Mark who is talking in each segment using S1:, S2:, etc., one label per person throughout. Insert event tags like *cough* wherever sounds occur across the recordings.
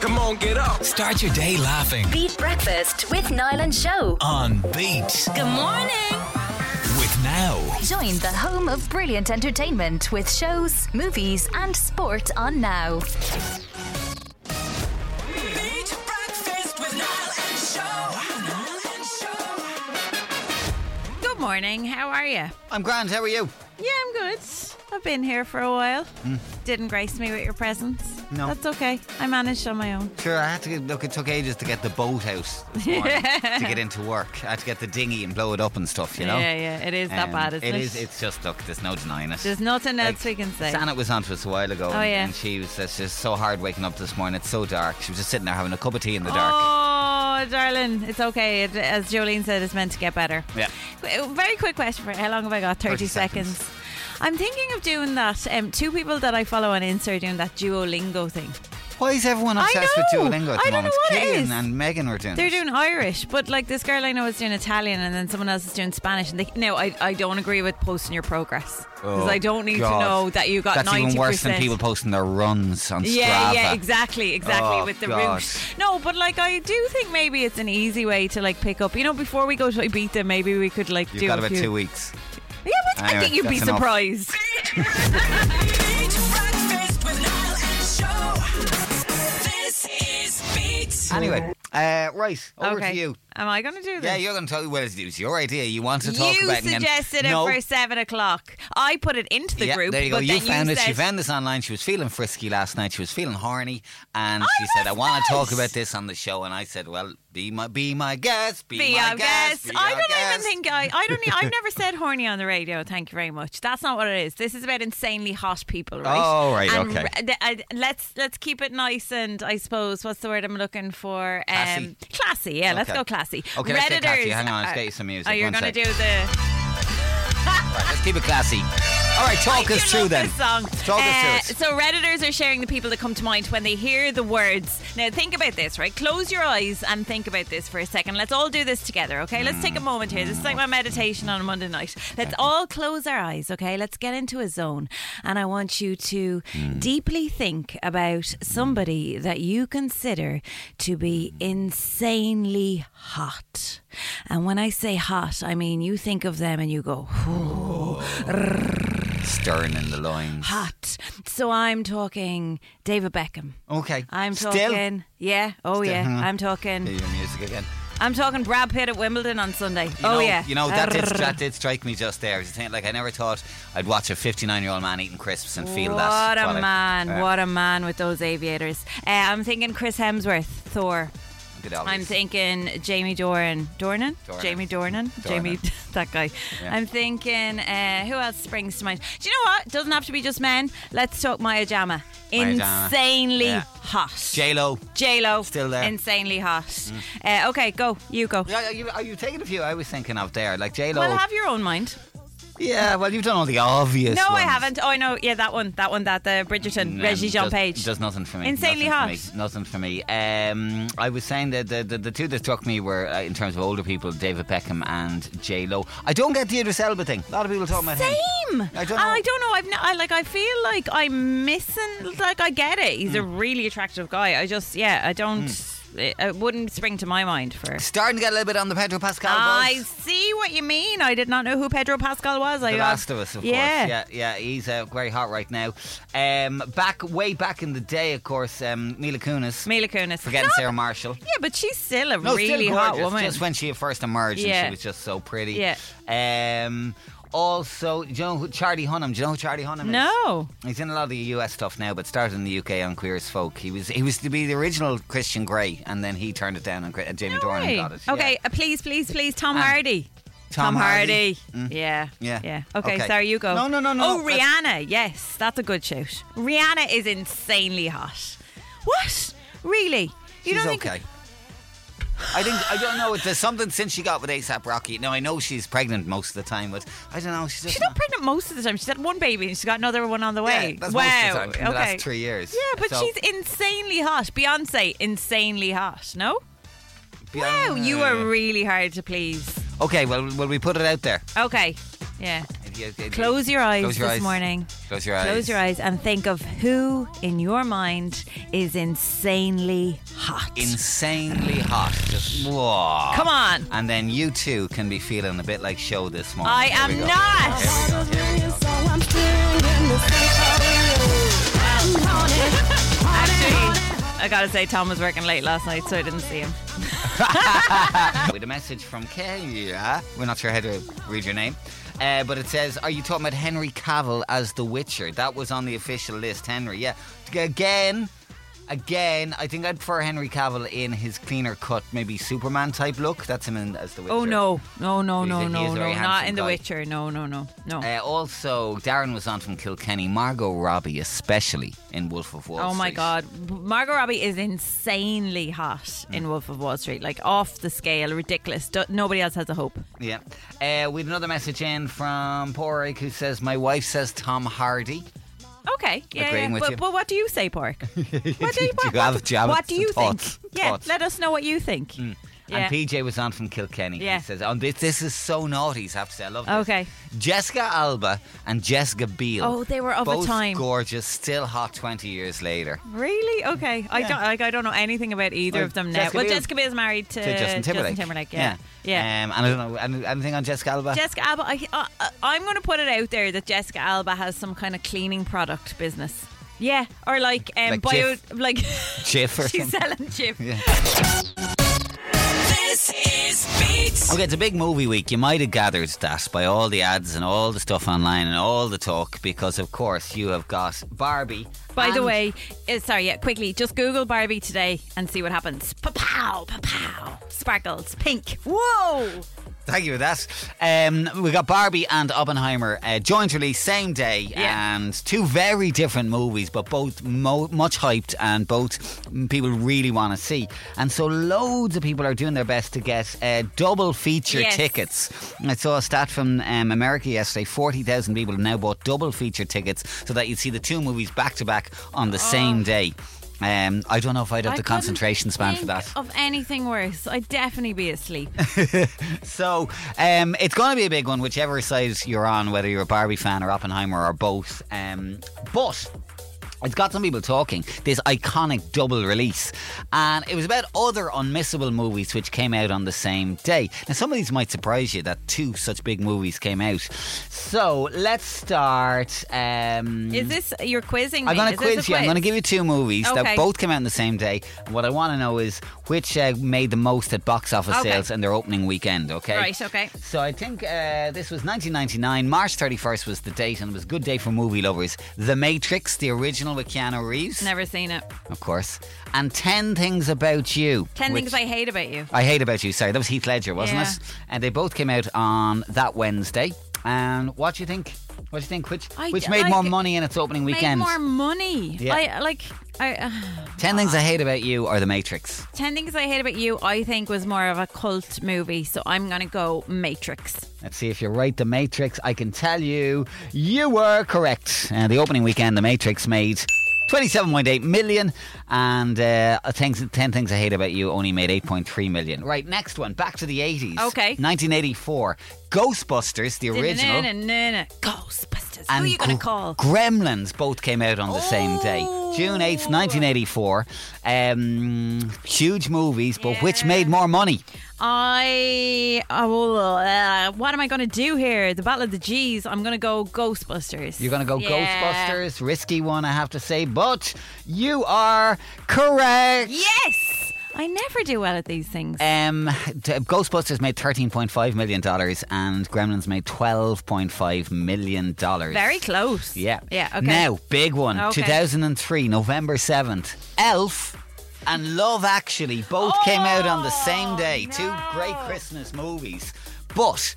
S1: Come on, get up.
S2: Start your day laughing
S3: Beat Breakfast with Niall and Show.
S2: on Beat
S3: Good morning.
S2: with Now.
S3: Join the home of brilliant entertainment with shows, movies, and sport on Now.
S4: Beat breakfast with Niall and Show. Niall and Show.
S5: Good morning. How are you?
S6: I'm grand. How are you?
S5: Yeah, I'm good. I've been here for a while. Didn't grace me with your presence.
S6: No.
S5: That's okay. I managed on my own.
S6: Sure. I had to get- look. It took ages to get the boathouse
S5: *laughs*
S6: this morning to get into work. I had to get the dinghy and blow it up and stuff. You know.
S5: Yeah, yeah. It is that
S6: Um,
S5: bad, isn't it?
S6: It is. It's just look. There's no denying it.
S5: There's nothing else we can say.
S6: Janet was on to us a while ago.
S5: Oh,
S6: and,
S5: yeah.
S6: and she was it's just so hard waking up this morning. It's so dark. She was just sitting there having a cup of tea in the dark.
S5: Oh, darling, it's okay. It, as Jolene said, it's meant to get better.
S6: Yeah.
S5: Qu- uh, Very quick question for you. How long have I got? 30,
S6: 30
S5: seconds.
S6: seconds.
S5: I'm thinking of doing that. Um, two people that I follow on Insta are doing that Duolingo thing.
S6: Why is everyone
S5: I
S6: obsessed
S5: know.
S6: with Duolingo at the
S5: I don't
S6: moment?
S5: know what it
S6: Killian
S5: is.
S6: and Megan are doing.
S5: They're
S6: it.
S5: doing Irish, but like this girl I know is doing Italian, and then someone else is doing Spanish. And they, no, I, I don't agree with posting your progress because
S6: Oh,
S5: I don't need
S6: God.
S5: to know that you got
S6: That's
S5: ninety
S6: even worse
S5: percent.
S6: than people posting their runs on
S5: yeah,
S6: Strava.
S5: yeah, exactly, exactly
S6: Oh,
S5: with the
S6: God.
S5: route. No, but like I do think maybe it's an easy way to like pick up. You know, before we go to Ibiza, maybe we could like
S6: You've
S5: do
S6: got
S5: a
S6: about
S5: few.
S6: two weeks.
S5: Yeah, but I
S6: Anyway,
S5: think you'd be
S6: that's enough.
S5: surprised.
S4: Beat breakfast with Niall and Show. This is Beat.
S6: Anyway, uh, right over
S5: okay,
S6: to you.
S5: am I going to do this?
S6: Yeah, you're going to tell well, it was your idea. You want to talk
S5: you
S6: about it. and-
S5: suggested
S6: no.
S5: it for seven o'clock. I put it into the
S6: yeah,
S5: group.
S6: There you go.
S5: but
S6: You
S5: then
S6: found
S5: you
S6: this.
S5: Said,
S6: She found this online. She was feeling frisky last night. She was feeling horny, and
S5: I
S6: she said, "I
S5: was
S6: want to talk
S5: not.
S6: about this on the show." And I said, "Well, be my be my guest. Be,
S5: be
S6: my
S5: our guest.
S6: be
S5: I
S6: our
S5: don't even
S6: guest."
S5: think I. I
S6: *laughs*
S5: don't. e- I've never said horny on the radio. Thank you very much. That's not what it is. This is about insanely hot people, right?
S6: Oh, right,
S5: And
S6: okay.
S5: re- th- I- let's let's keep it nice and I suppose what's the word I'm looking for? Um,
S6: Classy.
S5: classy. Yeah, let's
S6: Okay.
S5: go classy.
S6: Okay, let's get classy.
S5: Redditors
S6: Hang on, let's
S5: are-
S6: get you some music.
S5: Oh, you're
S6: One
S5: gonna
S6: sec.
S5: do
S6: *laughs*
S5: the.
S6: Right, let's keep it classy. All right, talk
S5: I
S6: us
S5: do
S6: through
S5: love
S6: then.
S5: This song.
S6: Talk
S5: Uh,
S6: us through. It.
S5: So redditors are sharing the people that come to mind when they hear the words. Now think about this, right? Close your eyes and think about this for a second. Let's all do this together, okay? Let's take a moment here. This is like my meditation on a Monday night. Let's all close our eyes, okay? Let's get into a zone, and I want you to deeply think about somebody that you consider to be insanely hot. And when I say hot, I mean you think of them and you go,
S6: Stern in the loins.
S5: hot. So I'm talking David Beckham.
S6: Okay.
S5: I'm
S6: Still?
S5: talking, yeah, oh yeah,
S6: hang on.
S5: I'm talking,
S6: Hear your music again.
S5: I'm talking Brad Pitt at Wimbledon on Sunday.
S6: You
S5: oh
S6: know,
S5: yeah,
S6: You know, that did,
S5: Arr.
S6: that did strike me just there. I was thinking, like, I never thought I'd watch a 59 year old man eating crisps and feel
S5: What
S6: that.
S5: a
S6: I-
S5: man!
S6: uh,
S5: what a man with those aviators. Uh, I'm thinking Chris Hemsworth, Thor.
S6: good oldies.
S5: I'm thinking Jamie Doran, Dornan,
S6: Dornan.
S5: Jamie Dornan, Jamie, *laughs* that guy.
S6: Yeah.
S5: I'm thinking uh, who else springs to mind? Do you know what? Doesn't have to be just men. Let's talk Maya Jama.
S6: Maya Jama.
S5: Insanely
S6: Yeah.
S5: hot.
S6: J-Lo.
S5: J Lo,
S6: Still there. Mm.
S5: insanely hot. Uh, okay, go, you go.
S6: Yeah, Are you, are you taking a few I was thinking of there? Like J-Lo.
S5: Well, have your own mind.
S6: yeah, well, you've done all the obvious
S5: No, I
S6: ones.
S5: haven't. Oh, I know. Yeah, that one, that one, that the Bridgerton,
S6: Mm,
S5: Reggie Jean
S6: does-
S5: Page.
S6: Does nothing for me.
S5: Insanely
S6: nothing
S5: hot.
S6: For me, nothing for me. Um, I was saying that the, the, the two that struck me were, uh, in terms of older people, David Beckham and J-Lo. I don't get the Idris Elba thing. A lot of people talking about him.
S5: Same.
S6: I don't know.
S5: I don't know. I've n- I, like. I feel like I'm missing. Like I get it. He's
S6: Mm.
S5: a really attractive guy. I just yeah. I don't. It, it wouldn't spring to my mind for.
S6: Starting to get a little bit on the Pedro Pascal
S5: I
S6: buzz.
S5: see what you mean. I did not know who Pedro Pascal was. I
S6: The
S5: got-
S6: Last of Us, of
S5: yeah.
S6: course. Yeah, yeah, he's uh, very hot right now. Um, back way back in the day, of course, um, Mila Kunis,
S5: Mila Kunis.
S6: forgetting
S5: No,
S6: Sarah Marshall.
S5: Yeah, but she's still a
S6: No, still
S5: really hot
S6: gorgeous,
S5: woman.
S6: Just when she first emerged, and
S5: Yeah.
S6: she was just so pretty.
S5: Yeah.
S6: Um, also, do you know who Charlie Hunnam? Do you know who Charlie Hunnam is?
S5: No.
S6: He's in a lot of the US stuff now, but started in the UK on Queer as Folk. He was he was to be the original Christian Grey, and then he turned it down, and, Cri- and Jamie Dornan
S5: Right.
S6: got it.
S5: Okay,
S6: yeah.
S5: uh, please, please, please, Tom
S6: And
S5: Hardy.
S6: Tom Hardy. Mm.
S5: Yeah.
S6: Yeah.
S5: Yeah. Okay,
S6: Okay.
S5: sorry, you go.
S6: No, no, no, no.
S5: Oh, Rihanna. Yes, that's a good shout. Rihanna is insanely hot. What? Really? You
S6: She's
S5: don't think
S6: okay. I think I don't know. There's something since she got with ASAP Rocky. Now I know she's pregnant most of the time, but I don't know. She's just
S5: she's
S6: not,
S5: not pregnant most of the time. She's had one baby and she's got another one on the
S6: Yeah,
S5: way.
S6: that's
S5: wow.
S6: most of the time in the
S5: okay.
S6: last three years.
S5: Yeah, but
S6: So-
S5: she's insanely hot. Beyonce, insanely hot. No? Wow, you
S6: Yeah.
S5: are really hard to please.
S6: Okay, well, will we put it out there?
S5: Okay. Yeah.
S6: yeah, yeah,
S5: Close your eyes
S6: Close your
S5: this
S6: eyes.
S5: morning.
S6: Close your eyes.
S5: Close your eyes and think of who in your mind is insanely hot.
S6: Insanely hot. Just whoa.
S5: Come on.
S6: And then you too can be feeling a bit like show this morning.
S5: I
S6: Here we
S5: am
S6: go.
S5: not. Actually, I gotta say, Tom was working late last night, so I didn't
S6: *laughs*
S5: see him.
S6: With a message from Kaya. We're not sure how to read your name. Uh, but it says, Are you talking about Henry Cavill as The Witcher? That was on the official list, Henry. Yeah. Again, again, I think I'd prefer Henry Cavill in his cleaner cut, maybe Superman type look. That's him in, as The Witcher.
S5: Oh no, no, no,
S6: He's a-
S5: no,
S6: he is
S5: no,
S6: a
S5: no,
S6: very
S5: not
S6: handsome
S5: in The
S6: guy.
S5: Witcher. No, no, no, no.
S6: Uh, also, Darren was on from Kilkenny. Margot Robbie, especially in Wolf of Wall
S5: Oh my
S6: Street.
S5: God, Margot Robbie is insanely hot
S6: Mm.
S5: in Wolf of Wall Street, like off the scale, ridiculous. Do- nobody else has a hope.
S6: Yeah. Uh, we had another message in from Porrick who says, My wife says Tom Hardy.
S5: Okay, yeah,
S6: Agreeing
S5: yeah.
S6: with
S5: but,
S6: you.
S5: but what do you
S6: *laughs*
S5: say, Pork? What do you,
S6: Do you
S5: what-
S6: have- do you have
S5: what do
S6: some
S5: you
S6: thoughts?
S5: think? Yeah,
S6: Thoughts? Hmm.
S5: let us know what you think. Yeah.
S6: And PJ was on from Kilkenny.
S5: Yeah.
S6: He says, oh, this, this is so naughty, I have to say. I love this.
S5: Okay.
S6: Jessica Alba and Jessica Biel.
S5: Oh, they were of a
S6: both
S5: time.
S6: gorgeous, still hot 20 years later.
S5: Really? Okay. I don't like. I don't know anything about either
S6: Well,
S5: of them now.
S6: Jessica
S5: well,
S6: Biel-
S5: Jessica Biel is married to,
S6: To Justin Timberlake.
S5: Yeah. Yeah.
S6: Um, and I don't know, any- anything on Jessica Alba?
S5: Jessica Alba, I, uh, uh, I'm going to put it out there that Jessica Alba has some kind of cleaning product business. Yeah, or like um,
S6: Like
S5: bio,
S6: Jif.
S5: like *laughs*
S6: Jiff or
S5: she's
S6: something.
S5: selling chip.
S4: This is Beat.
S6: Okay, it's a big movie week. You might have gathered that by all the ads and all the stuff online and all the talk, because of course you have got Barbie.
S5: By the
S6: and-
S5: way, uh, sorry, yeah, quickly, just Google Barbie today and see what happens. Pa-pow, pa-pow, sparkles, pink. Whoa!
S6: Thank you for that. Um, we got Barbie and Oppenheimer uh, joint release same day,
S5: Yeah.
S6: and two very different movies, but both mo- much hyped and both mm, people really want to see. And so loads of people are doing their best to get uh, double feature
S5: Yes.
S6: tickets. I saw a stat from um, America yesterday: forty thousand people have now bought double feature tickets so that you'd see the two movies back to back on the same day. Um, I don't know if I'd have
S5: Oh. I
S6: the
S5: couldn't
S6: concentration span for
S5: think
S6: that.
S5: Of anything worse, I'd definitely
S6: *laughs*
S5: be asleep.
S6: So um, it's going to be a big one, whichever side you're on, whether you're a Barbie fan or Oppenheimer or both. Um, but it's got some people talking. This iconic double release, and it was about other unmissable movies which came out on the same day. Now, some of these might surprise you that two such big movies came out. So let's start. Um,
S5: Is this you're quizzing me?
S6: I'm going to
S5: Is this a
S6: quiz you. I'm going to give you two movies
S5: Okay.
S6: that both came out on the same day. And what I want to know is which uh, made the most at box office
S5: Okay.
S6: sales in their opening weekend, okay?
S5: Right, okay.
S6: So I think uh, this was 1999. March 31st was the date, and it was a good day for movie lovers. The Matrix, the original with Keanu Reeves,
S5: Never seen it.
S6: of course, and 10 Things About You.
S5: Ten
S6: which-
S5: things I hate about you.
S6: I Hate About You, sorry. That was Heath Ledger, wasn't
S5: Yeah.
S6: it? And they both came out on that Wednesday. And what do you think? What do you think? Which,
S5: I
S6: which
S5: d-
S6: made
S5: like-
S6: more money in its opening weekend?
S5: Make more money.
S6: Yeah.
S5: I like. I, uh,
S6: 10 Things I Hate About You or The Matrix?
S5: Ten Things I Hate About You, I think, was more of a cult movie, so I'm gonna go Matrix.
S6: Let's see if you're right. The Matrix, I can tell you, you were correct. Uh, the opening weekend, The Matrix made 27.8 million, and uh, things, 10 Things I Hate About You only made 8.3 million. Right, next one, back to the 80s.
S5: Okay.
S6: 1984. Ghostbusters, the original.
S5: Na-na-na-na-na. Ghostbusters. Who are you gonna
S6: Gr-
S5: call?
S6: Gremlins both came out on the same day, June 8th, 1984. Um, huge movies, but which made more money?
S5: I. Oh, uh, what am I gonna do here? The Battle of the G's. I'm gonna go Ghostbusters.
S6: You're going to go
S5: Yeah.
S6: Ghostbusters. Risky one, I have to say. But you are correct.
S5: Yes. I never do well at these things.
S6: Um, t- Ghostbusters made $13.5 million and Gremlins made $12.5 million.
S5: Very close.
S6: Yeah.
S5: Yeah. Okay.
S6: Now, big one.
S5: Okay.
S6: 2003, November 7th. Elf and Love Actually both came out on the
S5: Oh,
S6: same day. Two great Christmas movies. But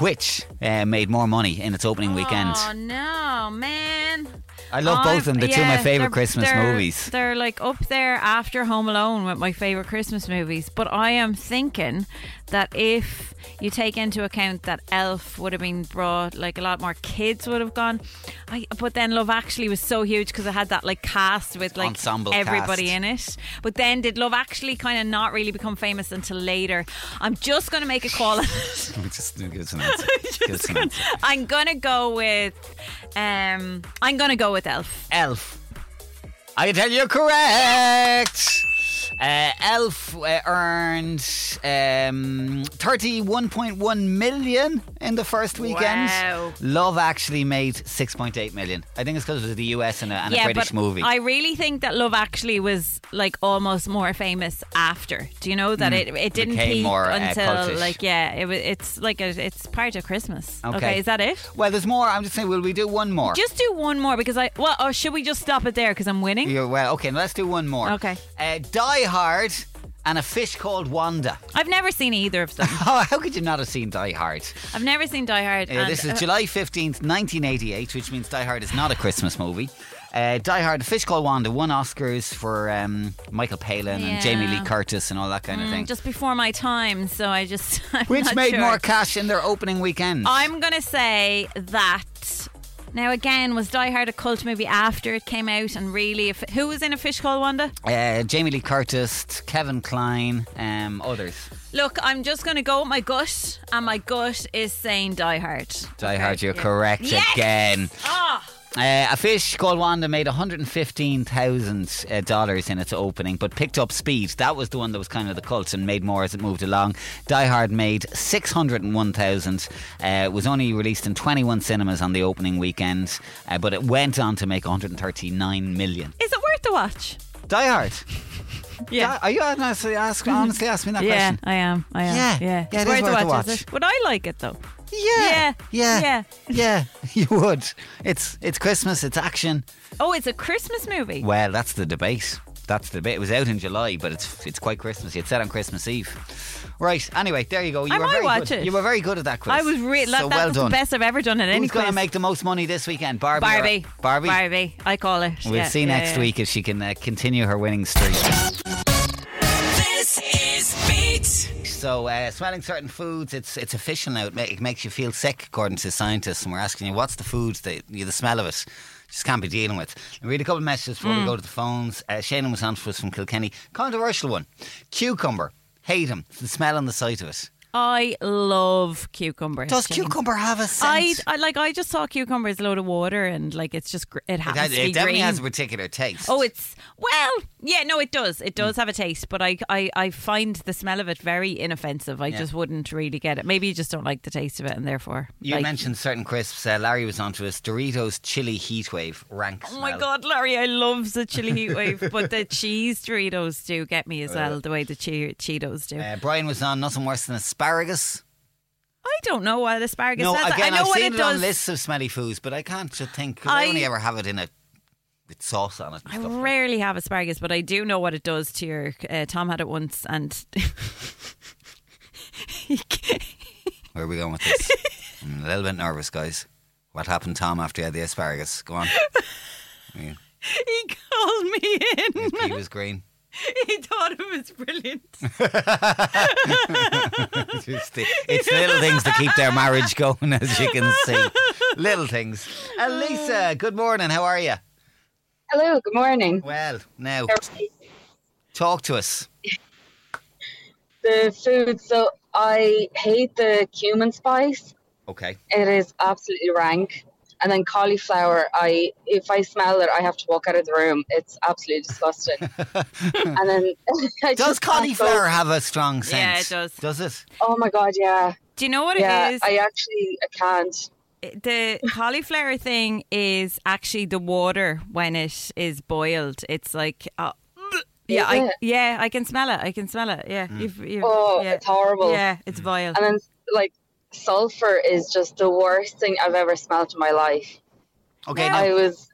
S6: which uh, made more money in its opening weekend?
S5: Oh no, Oh, man.
S6: I love both of them. They're two of my favourite Christmas
S5: they're-
S6: movies.
S5: They're like up there after Home Alone with my favourite Christmas movies. But I am thinking that if you take into account that Elf would have been brought, like a lot more kids would have gone. I, but then Love Actually was so huge because it had that like cast with like
S6: Ensemble
S5: everybody
S6: cast.
S5: in it. But then did Love Actually kind of not really become famous until later? I'm just going to make a call. *laughs* on it.
S6: *laughs* Just give us an
S5: *laughs*
S6: answer. Give us an answer.
S5: I'm gonna go with um I'm gonna go with Elf.
S6: Elf. I tell you correct. Uh, Elf uh, earned um, 31.1 million in the first weekend.
S5: Wow.
S6: Love actually made 6.8 million. I think it's because it was the US and a, and a British
S5: but
S6: movie.
S5: I really think that Love Actually was like almost more famous after. Do you know that it it didn't
S6: Hmm. Became
S5: peak
S6: more, uh,
S5: until
S6: cultish.
S5: like yeah, it wa- it's like a, it's part of Christmas.
S6: Okay.
S5: is that it?
S6: well, there's more. I'm just saying, will we do one more?
S5: Just do one more because I well, or should we just stop it there because I'm winning?
S6: You're- well, okay, let's do one more.
S5: Okay.
S6: Uh, Die Hard and a fish called Wanda.
S5: I've never seen either of them.
S6: *laughs* Oh, how could you not have seen Die Hard?
S5: I've never seen Die Hard.
S6: Uh,
S5: and-
S6: this
S5: uh,
S6: is July 15th, 1988, which means Die Hard is not a Christmas movie. Uh, Die Hard, Fish Called Wanda won Oscars for um, Michael Palin
S5: Yeah. Mm,
S6: and Jamie Lee Curtis and all that kind of thing.
S5: just before my time, so I just *laughs* I'm
S6: which
S5: not
S6: made
S5: sure.
S6: more cash in their opening weekend.
S5: I'm gonna say that. Now again, was Die Hard a cult movie after it came out? And really, if, who was in a fish called Wanda?
S6: uh, Jamie Lee Curtis, Kevin Klein, um, others.
S5: Look, I'm just gonna go with my gut, and my gut is saying Die Hard.
S6: Die Hard, you're correct
S5: Yes!
S6: again.
S5: Ah,
S6: Uh, a fish called Wanda made $115,000 uh, in its opening, but picked up speed. That was the one that was kind of the cult and made more as it moved along. Die Hard made 601,000. Uh, it was only released in 21 cinemas on the opening weekend, uh, but it went on to make 139 million.
S5: is it worth the watch?
S6: Die Hard.
S5: Yeah.
S6: Are you honestly ask, honestly asking me that
S5: Yeah,
S6: question?
S5: I am. I am.
S6: Yeah.
S5: Yeah,
S6: Yeah, it is
S5: It's worth the watch. Is it? Would I like it though?
S6: Yeah.
S5: Yeah.
S6: Yeah. Yeah. *laughs* You would. It's it's Christmas, it's action.
S5: Oh, it's a Christmas movie.
S6: Well, that's the debate. That's the debate. It was out in July, but it's it's quite Christmassy. It's set on Christmas Eve. Right. Anyway, there you go. You
S5: I
S6: were
S5: might
S6: very
S5: watch
S6: good.
S5: it.
S6: You were very good at that quiz.
S5: I was really.
S6: so
S5: that
S6: well
S5: was
S6: done.
S5: the best I've ever done at any
S6: Who's going to
S5: quiz.
S6: make the most money this weekend? Barbie. or-
S5: Barbie.
S6: Barbie.
S5: Barbie. I call it.
S6: We'll
S5: Yeah,
S6: see
S5: yeah,
S6: next
S5: yeah.
S6: week if she can uh, continue her winning streak.
S4: This is Beat.
S6: So, uh, smelling certain foods, it's it's official now. It, ma- it makes you feel sick, according to scientists. And we're asking you, what's the food that you, the smell of it? Just can't be dealing with. I'll read a couple of messages before
S5: Hmm.
S6: we go to the phones. Uh, Shannon was on for us from Kilkenny. Controversial one. Cucumber. Hate them. The smell and the sight of it.
S5: I love cucumber.
S6: Does
S5: Shane.
S6: cucumber have a
S5: I,
S6: scent?
S5: I like. I just saw cucumber is a load of water, and like it's just gr- it
S6: it,
S5: happens
S6: has-
S5: to
S6: it
S5: be
S6: definitely
S5: green.
S6: has a particular taste. Mm.
S5: oh, it's well, yeah, no, it does. It does have a taste, but I, I, I find the smell of it very inoffensive. I just wouldn't really get it. Maybe you just don't like the taste of it, and therefore
S6: you
S5: like-
S6: mentioned certain crisps. Uh, Larry was on to us. Doritos Chili Heatwave ranks.
S5: Oh my god, Larry, I love the chili heat wave,
S6: *laughs*
S5: but the cheese Doritos do get me as well, the way the che- Cheetos do.
S6: Uh, Brian was on. Nothing worse than asparagus.
S5: I don't know what asparagus
S6: No,
S5: does.
S6: again,
S5: I know
S6: have
S5: what
S6: seen
S5: it
S6: it,
S5: does.
S6: on lists of smelly foods, but I can't just think. 'cause I,
S5: I-
S6: only ever have it in a with sauce on it. and
S5: I
S6: stuff.
S5: rarely have asparagus, but I do know what it does to your. Uh, Tom had it once, and *laughs*
S6: Where are we going with
S5: *laughs*
S6: this? I'm a little bit nervous, guys. What happened, Tom, after you had the asparagus? Go on.
S5: *laughs* he called me in.
S6: His pea was green.
S5: He thought it was brilliant.
S6: *laughs* It's, the- it's little things that keep their marriage going, as you can see. Little things. Elisa, good morning. How are you?
S1: Hello, good morning.
S6: Well, now talk to us.
S1: The food, so I hate the cumin spice.
S6: Okay.
S1: It is absolutely rank. And then cauliflower, I if I smell it, I have to walk out of the room. It's absolutely
S6: *laughs*
S1: disgusting. and then *laughs* I
S6: Does
S1: just can't
S6: cauliflower have a strong scent?
S5: Yeah, it does.
S6: Does it?
S1: go- oh my god, yeah,
S5: Do you know what
S1: yeah.
S5: it is?
S1: I actually I can't.
S5: the cauliflower thing is actually the water when it is boiled. It's like. Uh, yeah,
S1: Is
S5: I,
S1: it?
S5: yeah, I can smell it. I can smell it. Yeah,
S6: Mm.
S5: you've, you've,
S1: Oh,
S5: yeah.
S1: it's horrible.
S5: Yeah, it's vile.
S1: And then like sulfur is just the worst thing I've ever smelled in my life.
S6: Okay. now-
S1: I was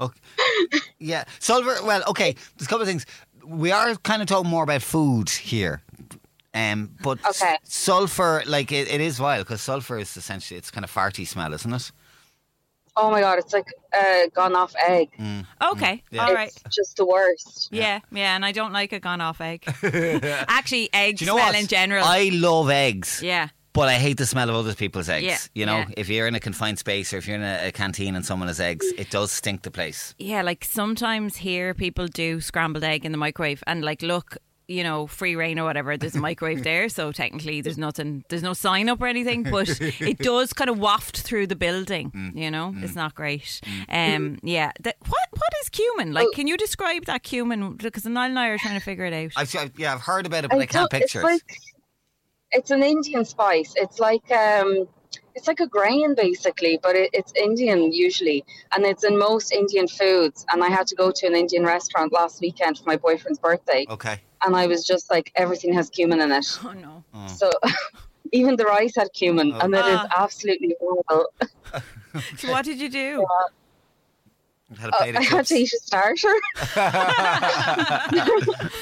S6: Okay. yeah. Sullivan, well, okay, there's a couple of things. We are kind of talking more about food here. Um, but s-
S1: Okay.
S6: sulfur, like it, it is vile because sulfur is essentially it's kind of farty smell, isn't it?
S1: oh my god, it's like uh, gone off egg.
S5: Mm. Okay.
S6: Mm. Yeah.
S5: All right.
S1: It's just the worst.
S5: Yeah, yeah, and I don't like a gone
S6: *laughs*
S5: off egg. Actually, egg
S6: Do you know
S5: smell
S6: what?
S5: in general.
S6: I love eggs.
S5: yeah.
S6: But I hate the smell of other people's eggs.
S5: Yeah,
S6: You know,
S5: yeah.
S6: if you're in a confined space or if you're in a, a canteen and someone has eggs, it does stink the place.
S5: Yeah, like sometimes here people do scrambled egg in the microwave and like look, you know, free reign or whatever, there's
S6: *laughs*
S5: a microwave there, so technically there's nothing there's no sign up or anything,
S6: *laughs*
S5: but it does kind of waft through the building,
S6: Mm,
S5: you know? It's not great. Um yeah. That, what what is cumin? Like can you describe that cumin because Niall and I are trying to figure it out.
S6: I've, I've- yeah, I've heard about it, but I, can't
S1: don't-
S6: picture
S1: It's
S6: it.
S1: like it's an Indian spice. It's like um, it's like a grain basically, but it, it's Indian usually, and it's in most Indian foods. And I had to go to an Indian restaurant last weekend for my boyfriend's birthday,
S6: Okay.
S1: and I was just like, everything has cumin in it.
S5: *laughs* oh no.
S6: Mm.
S1: So. *laughs* Even the rice had cumin, and it is
S5: Ah.
S1: absolutely
S6: *laughs*
S1: horrible.
S5: So what did you do?
S6: Had a plate
S4: Oh,
S1: Uh, *laughs* I
S6: of
S1: had
S6: chips.
S1: to eat a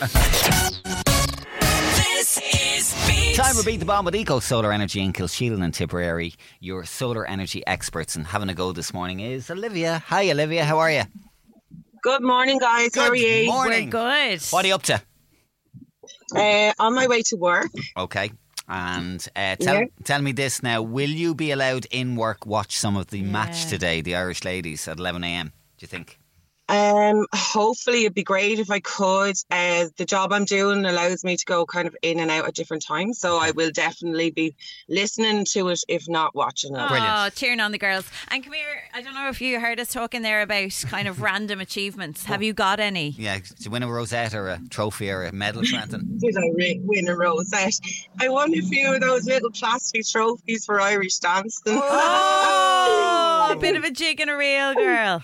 S1: starter. *laughs*
S4: This is Beat.
S6: Time for Beat the Bomb with Eco Solar Energy in Kilsheelan and Tipperary. Your solar energy experts and having a go this morning is Olivia. Hi, Olivia. How are you?
S7: Good morning, guys. How are
S6: Good
S7: you?
S6: morning.
S5: We're good.
S6: What are you up to?
S7: Uh, on my way to work.
S6: Okay. And uh, tell,
S7: Yeah.
S6: tell me this now. Will you be allowed in work watch some of the match today, the Irish ladies, at 11 a.m.? Do you think?
S7: Um, hopefully, it'd be great if I could. Uh, the job I'm doing allows me to go kind of in and out at different times, so I will definitely be listening to it, if not watching it.
S6: Brilliant.
S5: Oh, cheering on the girls. And come here, I don't know if you heard us talking there about
S6: *laughs*
S5: kind of random achievements. Have you got any?
S6: Yeah, to win a rosette or a trophy or a medal or anything.
S7: Did I re- win a rosette? I won a few of those little plastic trophies for Irish dancing. *laughs*
S5: Oh, a bit of a jig and a reel, girl.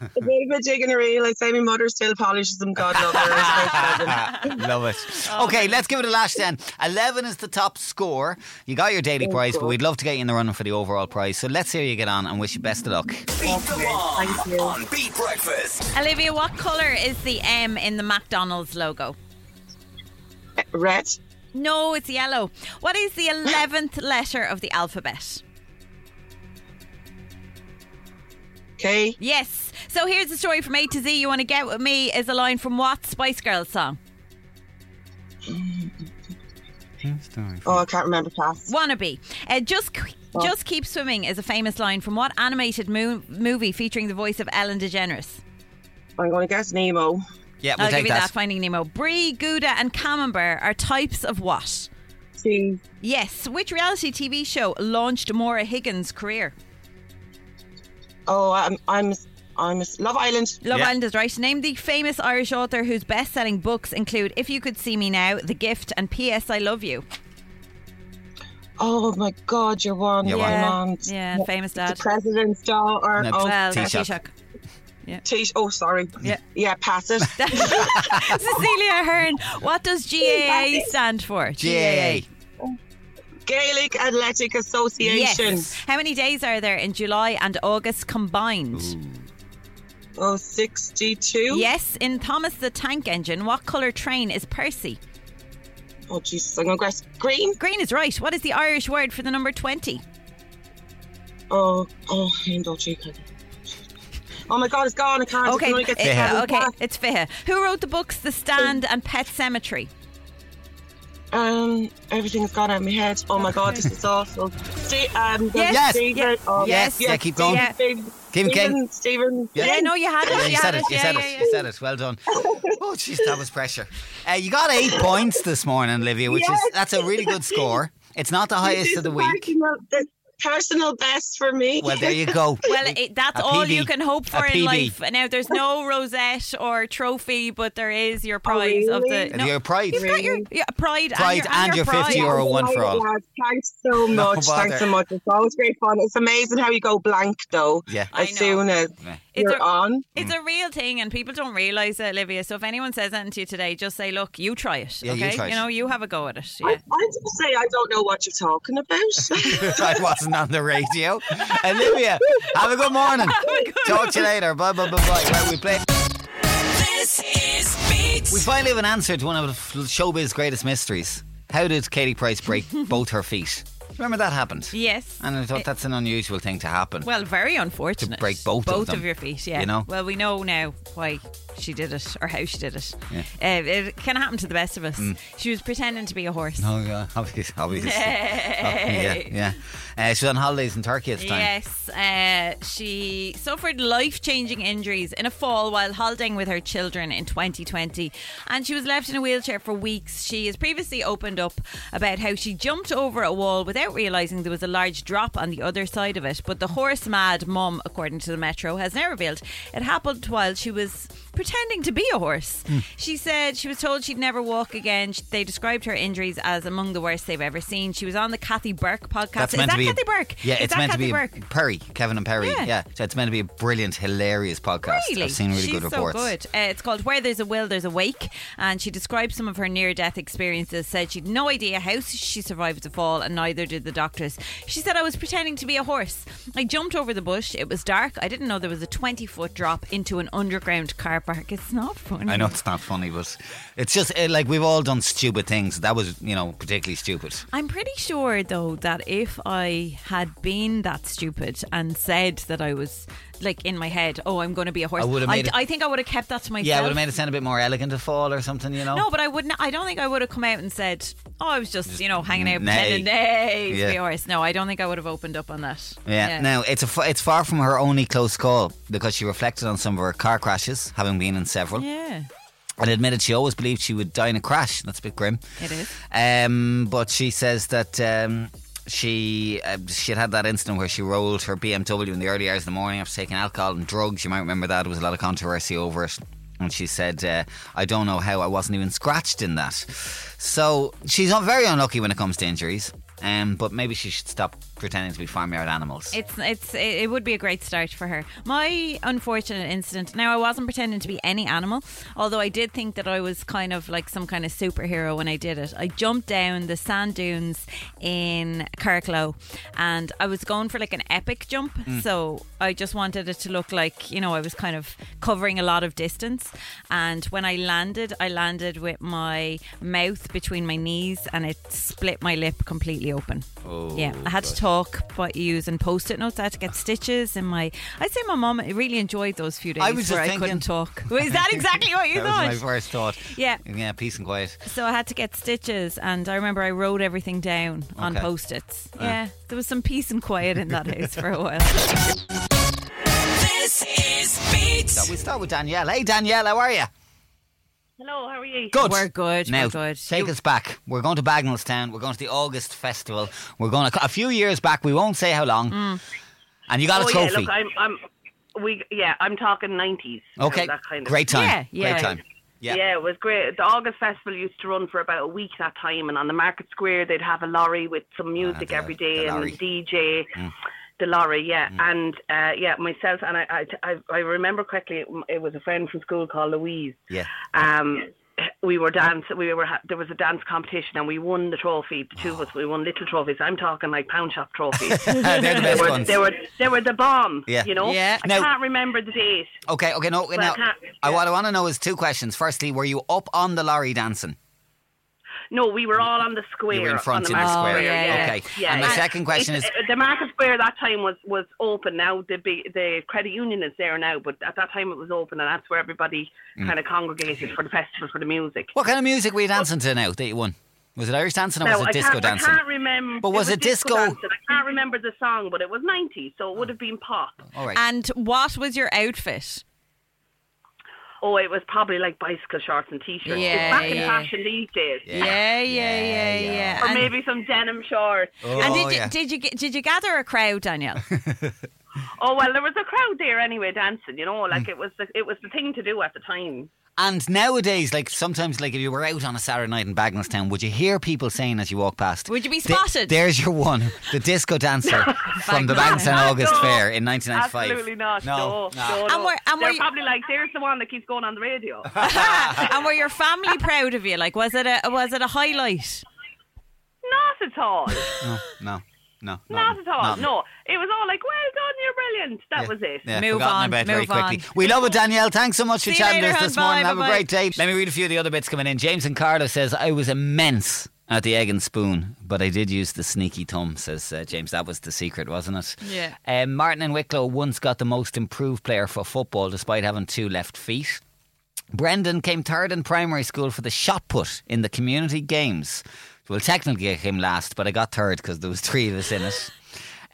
S7: a bit of a digging a reel. I say my mother still polishes them. God love her. I suppose.
S5: *laughs*
S6: Love it. *laughs* okay, let's give it a lash then. 11 is the top score. You got your daily prize, but we'd love to get you in the running for the overall prize. So let's hear you get on and wish you best of luck.
S2: Beat the Bomb on Beat Breakfast.
S5: Olivia, what colour is the M in the McDonald's logo?
S7: Red,
S5: No, it's yellow. What is the 11th letter of the alphabet?
S7: okay.
S5: Yes. So here's the story from A to Z. You want to get with me is a line from what Spice Girls song?
S7: Oh, I can't remember past.
S5: Wannabe. Uh, just Qu- just keep swimming is a famous line from what animated mo- movie featuring the voice of Ellen DeGeneres?
S7: I'm going to guess Nemo.
S6: Yeah, we'll
S5: I'll give
S6: take
S5: you that.
S6: that.
S5: Finding Nemo. Brie, Gouda, and Camembert are types of what?
S7: See,
S5: Yes. Which reality TV show launched Maura Higgins' career?
S7: Oh, I'm I'm I'm Love Island.
S5: Love
S6: Yeah.
S5: Island is right. Name the famous Irish author whose best-selling books include "If You Could See Me Now," "The Gift," and "P.S. I Love You."
S7: Oh my God, you're one.
S6: You're
S7: You're
S6: one.
S7: one.
S5: Yeah, famous
S7: The
S5: dad.
S7: president's daughter.
S6: No,
S7: oh,
S5: Well,
S6: Taoiseach.
S5: Taoiseach.
S7: T- oh, sorry.
S5: Yeah.
S7: yeah, pass it.
S5: *laughs* Cecilia Hearn. What does GAA stand for?
S6: GAA.
S7: Gaelic Athletic Association.
S5: Yes. How many days are there in July and August combined?
S7: Oh, 62.
S5: Yes. In Thomas the Tank Engine, what colour train is Percy?
S7: Oh, Jesus, I'm gonna guess green.
S5: Green is right. What is the Irish word for the number 20?
S7: Oh, oh, Hindle chicken. Oh my God, it's gone. I can't.
S5: Okay,
S7: I'm gonna get Oh.
S5: it- uh,
S6: Fiha.
S5: okay, it's Fiha. Who wrote the books The Stand and Pet Cemetery?
S7: Um, everything's gone out of my head. Oh my God, this
S5: *laughs*
S7: is awful. Ste um, the
S5: Yes.
S7: Stephen.
S5: Yes.
S7: Oh,
S6: Yes. Yeah, keep going.
S5: Yeah.
S7: Stephen.
S6: Keep going.
S7: Stephen. Stephen.
S6: Yeah.
S5: Yeah, no, you had it.
S6: Yeah, you said
S5: had
S6: it. You
S5: yeah,
S6: said
S5: yeah,
S6: it.
S5: yeah.
S6: You said it. Well done. *laughs* Oh, jeez, that was pressure. Uh, you got eight points this morning, Olivia, which is
S7: Yes.
S6: that's a
S7: *laughs*
S6: really good score. It's not the highest
S7: This
S6: of the
S7: is
S6: week.
S7: Personal, the personal best for me.
S6: Well, there you go.
S5: *laughs* Well, it, that's
S6: A
S5: all
S6: PB.
S5: you can hope for
S6: A
S5: in
S6: PB.
S5: life. Now, there's no rosette or trophy, but there is your prize of
S7: Oh, really?
S5: the. No,
S6: Your pride.
S5: You've got your yeah, pride,
S6: Pride
S5: and
S6: and your
S5: your,
S6: 50
S5: prize.
S6: euro
S7: Oh,
S6: one for
S7: right,
S6: all.
S7: lads. Thanks so
S6: No
S7: much. Thanks
S6: bother.
S7: so much. It's always great fun. It's amazing how you go blank though.
S6: Yeah.
S5: I
S7: As
S5: know.
S7: soon as
S5: It's
S7: you're
S5: a-
S7: on.
S5: It's a real thing, and people don't realise it, Olivia. So if anyone says anything to you today, just say, "Look, you try it.
S6: Yeah, you
S5: okay,
S6: try it.
S5: know, you have a go at it.
S7: I,
S5: Yeah.
S7: I just say I don't know what you're talking
S6: *laughs*
S7: about.
S6: I wasn't on the radio. *laughs* Olivia, have a good morning. Talk to you later. Bye, bye, bye, bye. Right, we play.
S4: This is Beat.
S6: We finally have an answer to one of showbiz greatest mysteries. How did Katie Price break both her feet? Remember that happened?
S5: Yes.
S6: And I thought that's an unusual thing to happen.
S5: Eh, Well, very unfortunate.
S6: To break both of
S5: both
S6: them,
S5: of your feet. Yeah.
S6: you know?
S5: Well, we know now why she did it or how she did it. *laughs*
S6: Yeah. *laughs*
S5: Uh, it can happen to the best of us. She was pretending to be a horse.
S6: Oh yeah, obviously, obviously. yeah,
S5: Hey.
S6: *laughs* yeah. Uh, she's on holidays in Turkey at the time.
S5: Yes, uh, she suffered life changing injuries in a fall while holidaying with her children in 2020, and she was left in a wheelchair for weeks. She has previously opened up about how she jumped over a wall without realising there was a large drop on the other side of it. But the horse mad mum, according to the Metro, has now revealed it happened while she was pretending to be a horse. She said she was told she'd never walk again. She- They described her injuries as among the worst they've ever seen. She was on the Kathy Burke podcast.
S6: That's
S5: Is
S6: meant
S5: that
S6: to be a-
S5: Kathy Burke?
S6: Yeah,
S5: Is
S6: it's
S5: that
S6: meant
S5: Kathy
S6: to be a-
S5: Burke.
S6: Perry, Kevin and Perry.
S5: Yeah.
S6: Yeah. so it's meant to be a brilliant, hilarious podcast.
S5: Really?
S6: I've seen really
S5: She's
S6: good reports.
S5: so good. Uh, it's called Where There's a Will, There's a Wake. And she described some of her near death experiences, said she'd no idea how she survived the fall, and neither did the doctors. She said, I was pretending to be a horse. I jumped over the bush. It was dark. I didn't know there was a 20 foot drop into an underground car park. It's not funny.
S6: I know it's not funny, but it's just uh, like we've all done stupid things. That was, you know, particularly stupid.
S5: I'm pretty sure, though, that if I had been that stupid and said that I was, like, in my head, oh, I'm going to be a horse,
S6: I would've made
S5: I,
S6: it-
S5: I think I would have kept that to myself.
S6: Yeah, it would have made it sound a bit more elegant to fall or something, you know?
S5: No, but I wouldn't. I don't think I would have come out and said, "Oh, I was just, you know hanging out
S6: nay.
S5: pretending." Nay, to
S6: Yeah.
S5: be honest, no, I don't think I would have opened up on that.
S6: Yeah. Now it's a f- it's far from her only close call because she reflected on some of her car crashes, having been in several,
S5: yeah,
S6: and admitted she always believed she would die in a crash. That's a bit grim.
S5: it is.
S6: Um, but she says that um, she uh, she had had that incident where she rolled her BMW in the early hours of the morning after taking alcohol and drugs. You might remember that. There was a lot of controversy over it. And she said, uh, I don't know how I wasn't even scratched in that. So she's not very unlucky when it comes to injuries. Um, but maybe she should stop pretending to be farmyard animals.
S5: It's it's it it would be a great start for her. My unfortunate incident. Now I wasn't pretending to be any animal, although I did think that I was kind of like some kind of superhero when I did it. I jumped down the sand dunes in Kirklow, and I was going for like an epic jump. So I just wanted it to look like you know I was kind of covering a lot of distance. And when I landed, I landed with my mouth between my knees, and it split my lip completely open. Oh, yeah, I had to talk by using post-it notes. I had to get stitches in my. I'd say my mom really enjoyed those few days
S6: I was
S5: where
S6: just
S5: I couldn't
S6: thinking-
S5: *laughs* talk. Well, Is that exactly what
S6: *laughs*
S5: you
S6: that
S5: thought?
S6: was my first thought.
S5: Yeah.
S6: Yeah, peace and quiet.
S5: So I had to get stitches, and I remember I wrote everything down on
S6: Okay.
S5: post-its. Yeah, there was some peace and quiet in that house for a while.
S4: This is Beat.
S6: So we start with Danielle. Hey, Danielle, how are you?
S8: Hello, how are you?
S6: Good.
S5: We're good,
S6: Now,
S5: we're good.
S6: take
S5: You-
S6: us back. We're going to Bagnallstown. We're going to the August Festival. We're going to, a few years back. We won't say how long.
S5: Mm.
S6: And you got
S8: oh
S6: a
S8: yeah,
S6: trophy.
S8: look, I'm, I'm, we, yeah, I'm talking nineties.
S6: okay,
S8: that kind of
S6: great time.
S5: Yeah, yeah.
S6: Great time. Yeah.
S8: Yeah. it was great. The August Festival used to run for about a week that time, and on the market square they'd have a lorry with some music
S6: Ah, the-
S8: every day
S6: the
S8: and
S6: lorry. Mm.
S8: DJ. The lorry, yeah, and uh, yeah, myself and I, I, I, I remember correctly, it, it was a friend from school called Louise.
S6: Yeah.
S8: Um, we were dance. We were ha- there was a dance competition, and we won the trophy. The two of us, we won little trophies. I'm talking like pound shop trophies.
S6: *laughs* They're the
S8: they
S6: best
S8: were
S6: ones.
S8: they were they were the bomb.
S6: Yeah.
S8: You know.
S5: Yeah.
S8: I
S6: Now-
S8: can't remember the date.
S6: Okay, okay, no, now,
S8: I can't-
S6: I, what I want to know is two questions. Firstly, were you up on the lorry dancing?
S8: No, we were all on the square.
S6: You were in front
S8: on
S6: in
S8: the
S6: the
S8: market
S6: square.
S5: Oh, yeah, yeah.
S6: okay. And my second question
S8: it's-
S6: is
S8: uh, the market square that time was was open. Now the big- the credit union is there now, but at that time it was open, and that's where everybody
S6: Mm.
S8: kind of congregated for the festival for the music.
S6: what kind of music were you dancing to now that you won? Was it Irish dancing or
S8: No,
S6: was
S8: I
S6: it disco
S8: can't,
S6: dancing?
S8: I can't remember.
S6: But was it disco?
S8: dancing. I can't remember the song, but it was 90s, so it would have been pop.
S6: *laughs* All right.
S5: and what was your outfit?
S8: Oh, it was probably like bicycle shorts and t-shirts.
S5: Yeah,
S8: it's back in
S5: yeah.
S8: fashion these days.
S5: Yeah, yeah, yeah, yeah.
S8: Or
S5: And,
S8: maybe some denim shorts.
S6: oh,
S5: and did you
S6: yeah.
S5: did you get- did you gather a crowd, *laughs* Danielle?
S8: Oh well, there was a crowd there anyway dancing. You know,
S5: Mm.
S8: like it was the, it was the thing to do at the time.
S6: And nowadays, like sometimes, like if you were out on a Saturday night in Bagnallstown, would you hear people saying as you walk past?
S5: Would you be
S6: "Th-
S5: spotted?"
S6: There's your one, the disco dancer from the
S5: Bagnallstown.
S6: Bagnallstown August
S8: No,
S6: Fair in 1995.
S8: Absolutely not.
S6: No,
S8: No,
S6: nah.
S8: no,
S5: And
S8: no.
S5: we're- and
S8: They're
S5: we're-
S8: probably like, there's the one that keeps going on the radio.
S5: *laughs* and were your family proud of you? Like, was it a was it a highlight?
S8: not at
S5: *laughs*
S8: all.
S6: no, no, no,
S8: Not at all.
S6: not-
S8: No, it was all like, well done, you're brilliant. That was it.
S6: Yeah,
S5: Move
S6: forgotten
S5: on,
S6: about it very
S5: move on.
S6: quickly. We love it, Danielle. Thanks so much for
S5: See you
S6: chatting to
S5: later
S6: us
S5: on.
S6: this morning.
S5: Bye,
S6: Have
S5: bye-bye.
S6: a great day. Let me read a few of the other bits coming in. James and Carlo says I was immense at the egg and spoon, but I did use the sneaky thumb, says uh, James. That was the secret, wasn't it?
S5: Yeah.
S6: Um, Martin and Wicklow once got the most improved player for football despite having two left feet. Brendan came third in primary school for the shot put in the community games. Well, technically, I came last, but I got third because there was three of us in it. *laughs*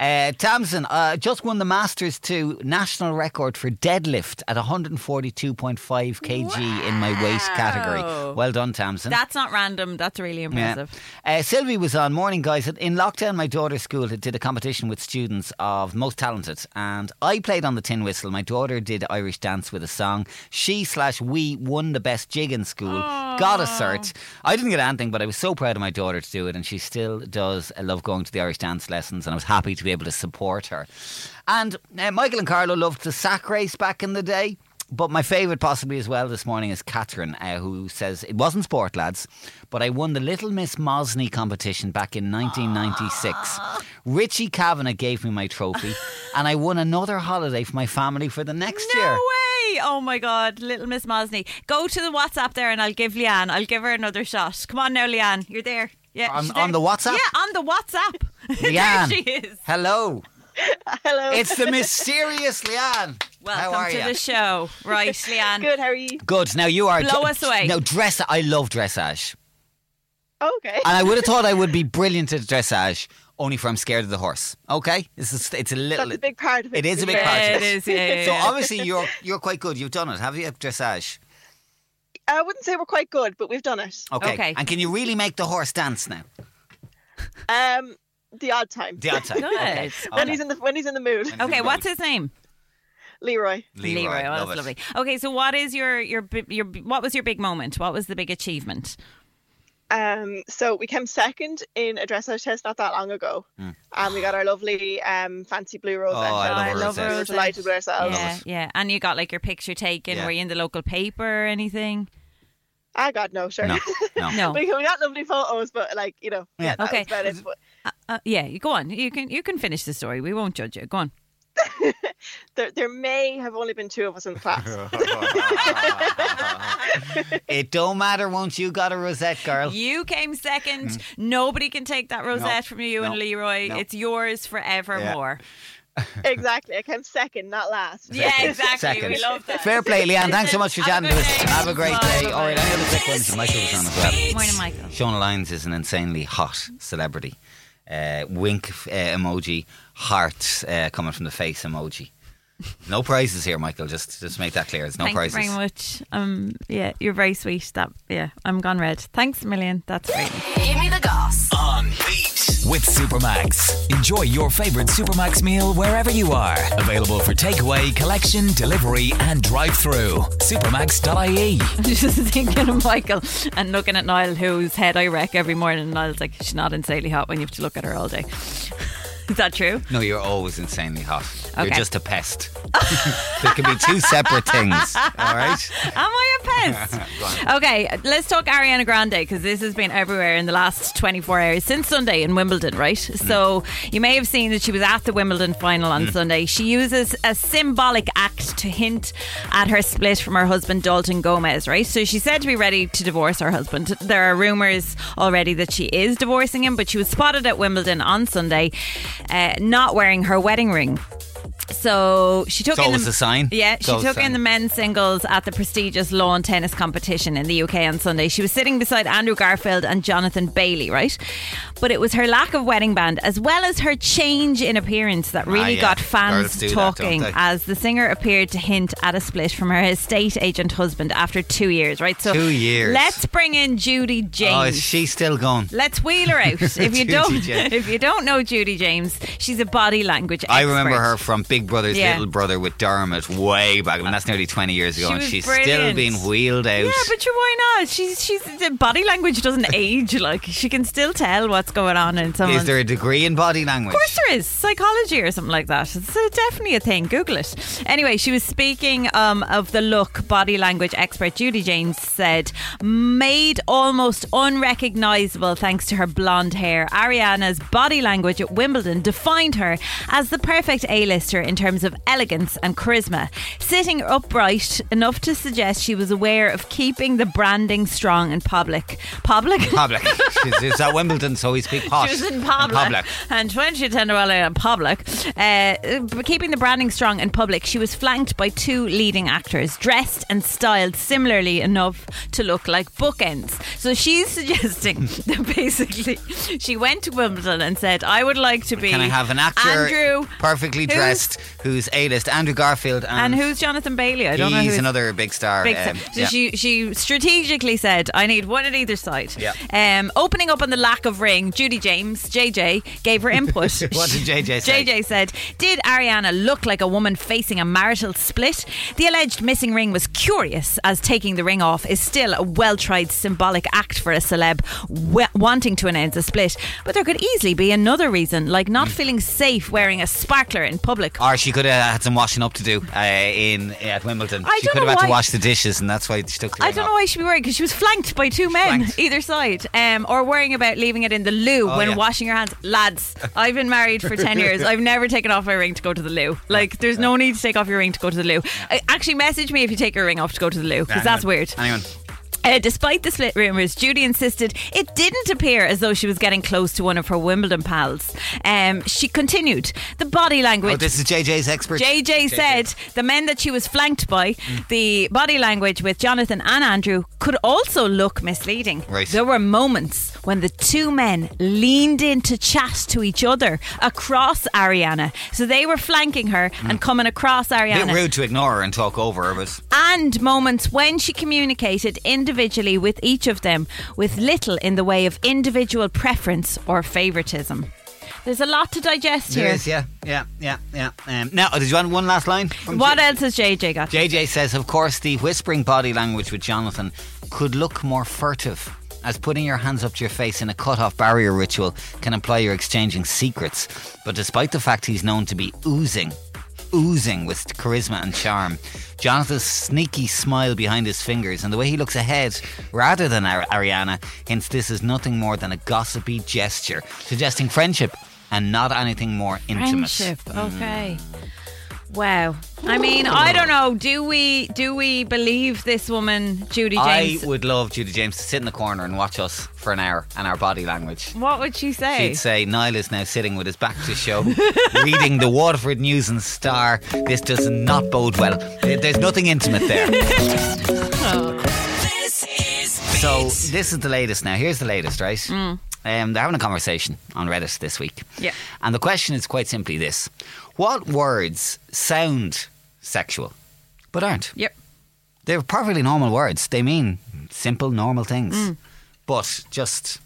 S6: Uh, Tamsin uh, just won the Masters 2 national record for deadlift at 142.5 kg in my weight category.
S5: Wow.
S6: Well done, Tamsin.
S5: That's not random. That's really
S6: Yeah.
S5: impressive.
S6: Uh, Sylvie was on morning, guys. In lockdown, my daughter's school had did a competition with students of most talented, and I played on the tin whistle. My daughter did Irish dance with a song. She slash we won the best jig in school, got a cert. I didn't get anything, but I was so proud of my daughter to do it, and she still does uh, love going to the Irish dance lessons, and I was happy to be able to support her. And uh, Michael and Carlo loved the sack race back in the day. But my favourite, possibly as well, this morning is Catherine, uh, who says it wasn't sport, lads, but I won the Little Miss Mosney competition back in 1996.
S5: *gasps*
S6: Richie Kavanagh gave me my trophy, and I won another holiday for my family for the next
S5: No
S6: year.
S5: way! *laughs* Oh my God, little Miss Mosney. Go to the WhatsApp there and I'll give Leanne, I'll give her another shot. Come on now, Leanne, you're there. Yeah,
S6: On-
S5: she's there.
S6: on the WhatsApp?
S5: Yeah, on the WhatsApp. *laughs* there
S6: Leanne.
S5: she is.
S6: Hello.
S9: Hello.
S6: It's
S9: *laughs*
S6: the mysterious Leanne.
S5: Welcome
S6: How are
S5: to
S6: you?
S5: the show. Right,
S9: *laughs*
S5: Leanne.
S9: Good. How are you?
S6: Good. Now you are.
S5: Blow us away.
S6: No, dress. I love dressage.
S9: Okay.
S6: And I
S9: *laughs*
S6: would have thought I would be brilliant at dressage, only for I'm scared of the horse. Okay? This is, it's a little.
S9: That's a big part of it.
S6: It is a big
S9: Yeah.
S6: part.
S5: Yeah, it is. Yeah, yeah,
S6: So
S5: yeah.
S6: obviously you're you're quite good. You've done it, have you? Dressage.
S9: *laughs* I wouldn't say we're quite good, but we've done it.
S6: Okay.
S5: Okay.
S6: And can you really make the horse dance
S5: *laughs*
S6: now?
S9: Um, the odd time.
S6: The outside.
S5: *laughs* Good.
S6: Okay.
S9: When he's in the when he's in the mood,
S5: Okay, what's his name?
S9: Leroy.
S6: Leroy?
S5: Oh,
S6: Love
S5: that's
S6: it.
S5: lovely. Okay, so what is your, your bi- your what was your big moment? What was the big achievement?
S9: Um, so we came second in a dressage test not that long ago, and we got our lovely um fancy blue rose.
S6: Hmm. Oh, I love
S5: I
S6: a
S5: love
S6: rosette.
S9: We were
S5: rosette.
S9: delighted with ourselves.
S5: yeah, yeah. And you got like your picture taken.
S6: Yeah.
S5: Were you in the local paper or anything?
S9: I got no sure.
S6: No.
S9: *laughs*
S6: No.
S5: No.
S9: we, we got lovely photos, but like you know,
S6: Yeah.
S9: yeah, that
S5: Okay.
S9: was about it. But
S5: Uh, yeah, you go on. You can you can finish the story. We won't judge you. Go on.
S9: there, there may have only been two of us in the class.
S6: It don't matter once you got a rosette, girl.
S5: You came second.
S6: Mm-hmm.
S5: Nobody can take that rosette from you and
S6: No.
S5: Leroy.
S6: No.
S5: *laughs* It's yours forevermore.
S9: exactly, I came second, not last.
S5: Yeah, exactly.
S6: Second.
S5: We love that.
S6: Fair play, Leanne. Thanks so much for
S5: Have a
S6: chatting to us.
S5: good day.
S6: Have a great
S5: Bye,
S6: day.
S5: bye,
S6: All right,
S5: bye.
S6: I'm going to take one. So Michael's on as well.
S5: Morning, Michael.
S6: Sean Lyons is an insanely hot celebrity. Uh, wink uh, emoji, hearts uh, coming from the face emoji. No prizes here, Michael. Just just make that clear. There's no
S5: Thank
S6: prizes.
S5: you very much. Um, yeah, you're very sweet. That yeah, I'm gone red. Thanks a million. That's great. *laughs*
S3: Give me the goss.
S2: On
S6: Um,
S2: Beat.
S4: With Supermax. Enjoy your favorite Supermax meal wherever you are. Available for takeaway, collection, delivery, and drive through. Supermax.ie.
S5: I'm just thinking of Michael and looking at Niall, whose head I wreck every morning. And Niall's like, she's not insanely hot when you have to look at her all day. *laughs* Is that true?
S6: No, you're always insanely hot. You're
S5: Okay.
S6: just a pest. *laughs* there can be two separate things. All right.
S5: Am I a
S6: *laughs*
S5: pest? okay, let's talk Ariana Grande because this has been everywhere in the last 24 hours since Sunday in Wimbledon, right?
S6: Mm.
S5: So you may have seen that she was at the Wimbledon final on Sunday. She uses a symbolic act to hint at her split from her husband Dalton Gomez, right? So she said to be ready to divorce her husband. There are rumours already that she is divorcing him, but she was spotted at Wimbledon on Sunday uh, not wearing her wedding ring. So she took
S6: It's
S5: in
S6: always
S5: the
S6: a sign.
S5: Yeah,
S6: It's
S5: she
S6: always a
S5: took in
S6: sign.
S5: the men's singles at the prestigious lawn tennis competition in the UK on Sunday. She was sitting beside Andrew Garfield and Jonathan Bailey, right? But it was her lack of wedding band as well as her change in appearance that really
S6: Ah, yeah.
S5: got
S6: Girls
S5: fans
S6: do that, don't
S5: talking
S6: they?
S5: as the singer appeared to hint at a split from her estate agent husband after 2 years, right? So
S6: Two years.
S5: Let's bring in Judy *laughs* James.
S6: Oh, is she still going?
S5: Let's wheel
S6: *laughs*
S5: her out. If you
S6: Judy
S5: don't,
S6: James.
S5: *laughs* if you don't know Judy James, she's a body language.
S6: I remember
S5: expert.
S6: her from Big Brother's
S5: Yeah.
S6: Little Brother with Dermot way back. I mean, that's nearly 20 years ago,
S5: She
S6: and
S5: was
S6: she's still
S5: brilliant.
S6: being wheeled out.
S5: Yeah, but sure, why not? She's she's the body language doesn't age. Like she can still tell what's going on in someone.
S6: is there a degree in body language?
S5: Of course there is psychology or something like that. It's uh, definitely a thing. Google it. Anyway, she was speaking um, of the look. Body language expert Judy James said made almost unrecognizable thanks to her blonde hair. Ariana's body language at Wimbledon defined her as the perfect A-lister in in terms of elegance and charisma, sitting upright enough to suggest she was aware of keeping the branding strong in public. Public? *laughs*
S6: Public. She's- It's at Wimbledon, so we speak posh.
S5: She was in public. And when she attended well in public, uh, but keeping the branding strong in public, she was flanked by two leading actors, dressed and styled similarly enough to look like bookends. So she's *laughs* suggesting that basically she went to Wimbledon and said, I would like to be
S6: Can I have an actor
S5: Andrew
S6: perfectly
S5: who's-
S6: dressed who's A-list? Andrew Garfield and,
S5: And who's Jonathan Bailey? I
S6: he's
S5: don't know who's
S6: another big star.
S5: Big
S6: um,
S5: time. So
S6: yeah.
S5: she she strategically said, "I need one at either side."
S6: Yeah.
S5: Um, opening up on the lack of ring, Judy James JJ gave her input.
S6: *laughs* What did JJ say?
S5: JJ said, "Did Ariana look like a woman facing a marital split? The alleged missing ring was curious, as taking the ring off is still a well-tried symbolic act for a celeb wa- wanting to announce a split. But there could easily be another reason, like not
S6: Hmm.
S5: feeling safe wearing a sparkler in public."
S6: Or she could have had some washing up to do uh, in at Wimbledon.
S5: I
S6: she
S5: don't
S6: could have
S5: know
S6: had to
S5: why-
S6: wash the dishes, and that's why she took. the
S5: I
S6: ring
S5: don't
S6: off.
S5: know why she'd be worried because she was flanked by two men
S6: Flanked.
S5: either side, um, or worrying about leaving it in the loo
S6: Oh,
S5: when
S6: yeah.
S5: washing your hands. Lads, I've been married
S6: *laughs*
S5: for ten years. I've never taken off my ring to go to the loo. Like, there's no need to take off your ring to go to the loo. Uh, Actually, message me if you take your ring off to go to the loo because that's
S6: Anyone-
S5: weird.
S6: Anyone?
S5: Uh, despite the split rumours, Judy insisted it didn't appear as though she was getting close to one of her Wimbledon pals. Um, she continued, the body language.
S6: Oh, this is JJ's expert.
S5: JJ said the men that she was flanked by,
S6: Mm.
S5: the body language with Jonathan and Andrew could also look misleading.
S6: Right.
S5: There were moments when the two men leaned in to chat to each other across Ariana. So they were flanking her and coming across
S6: A Mm. bit
S5: Ariana.
S6: rude to ignore her and talk over her, but
S5: And moments when she communicated individually with each of them with little in the way of individual preference or favouritism. There's a lot to digest
S6: There
S5: here.
S6: is, yeah, yeah, yeah, yeah. Um, now, did you want one last line? from
S5: What
S6: J-
S5: else has JJ got?
S6: JJ says, of course, the whispering body language with Jonathan could look more furtive, as putting your hands up to your face in a cut off barrier ritual can imply you're exchanging secrets. But despite the fact he's known to be oozing, oozing with charisma and charm, Jonathan's sneaky smile behind his fingers and the way he looks ahead rather than Ar- Ariana hints this is nothing more than a gossipy gesture, suggesting friendship and not anything more intimate.
S5: Friendship.
S6: Mm.
S5: Okay. Wow. I mean, I
S6: *laughs*
S5: don't know. Do we do we believe this woman, Judy
S6: I
S5: James?
S6: would love Judy James to sit in the corner and watch us for an hour and our body language.
S5: what would she say?
S6: She'd say, Niall is now sitting with his back to show, reading the Waterford News and Star. This does not bode well. There- There's nothing intimate
S5: *laughs*
S6: there.
S2: This is Beat.
S6: so, this is the latest now. Here's the latest, right? Um, they're having a conversation on Reddit this week.
S5: Mm. Yeah.
S6: And the question is quite simply this What words sound sexual but aren't?
S5: Yep.
S6: They're perfectly normal words. They mean simple, normal things.
S5: Mm.
S6: But just,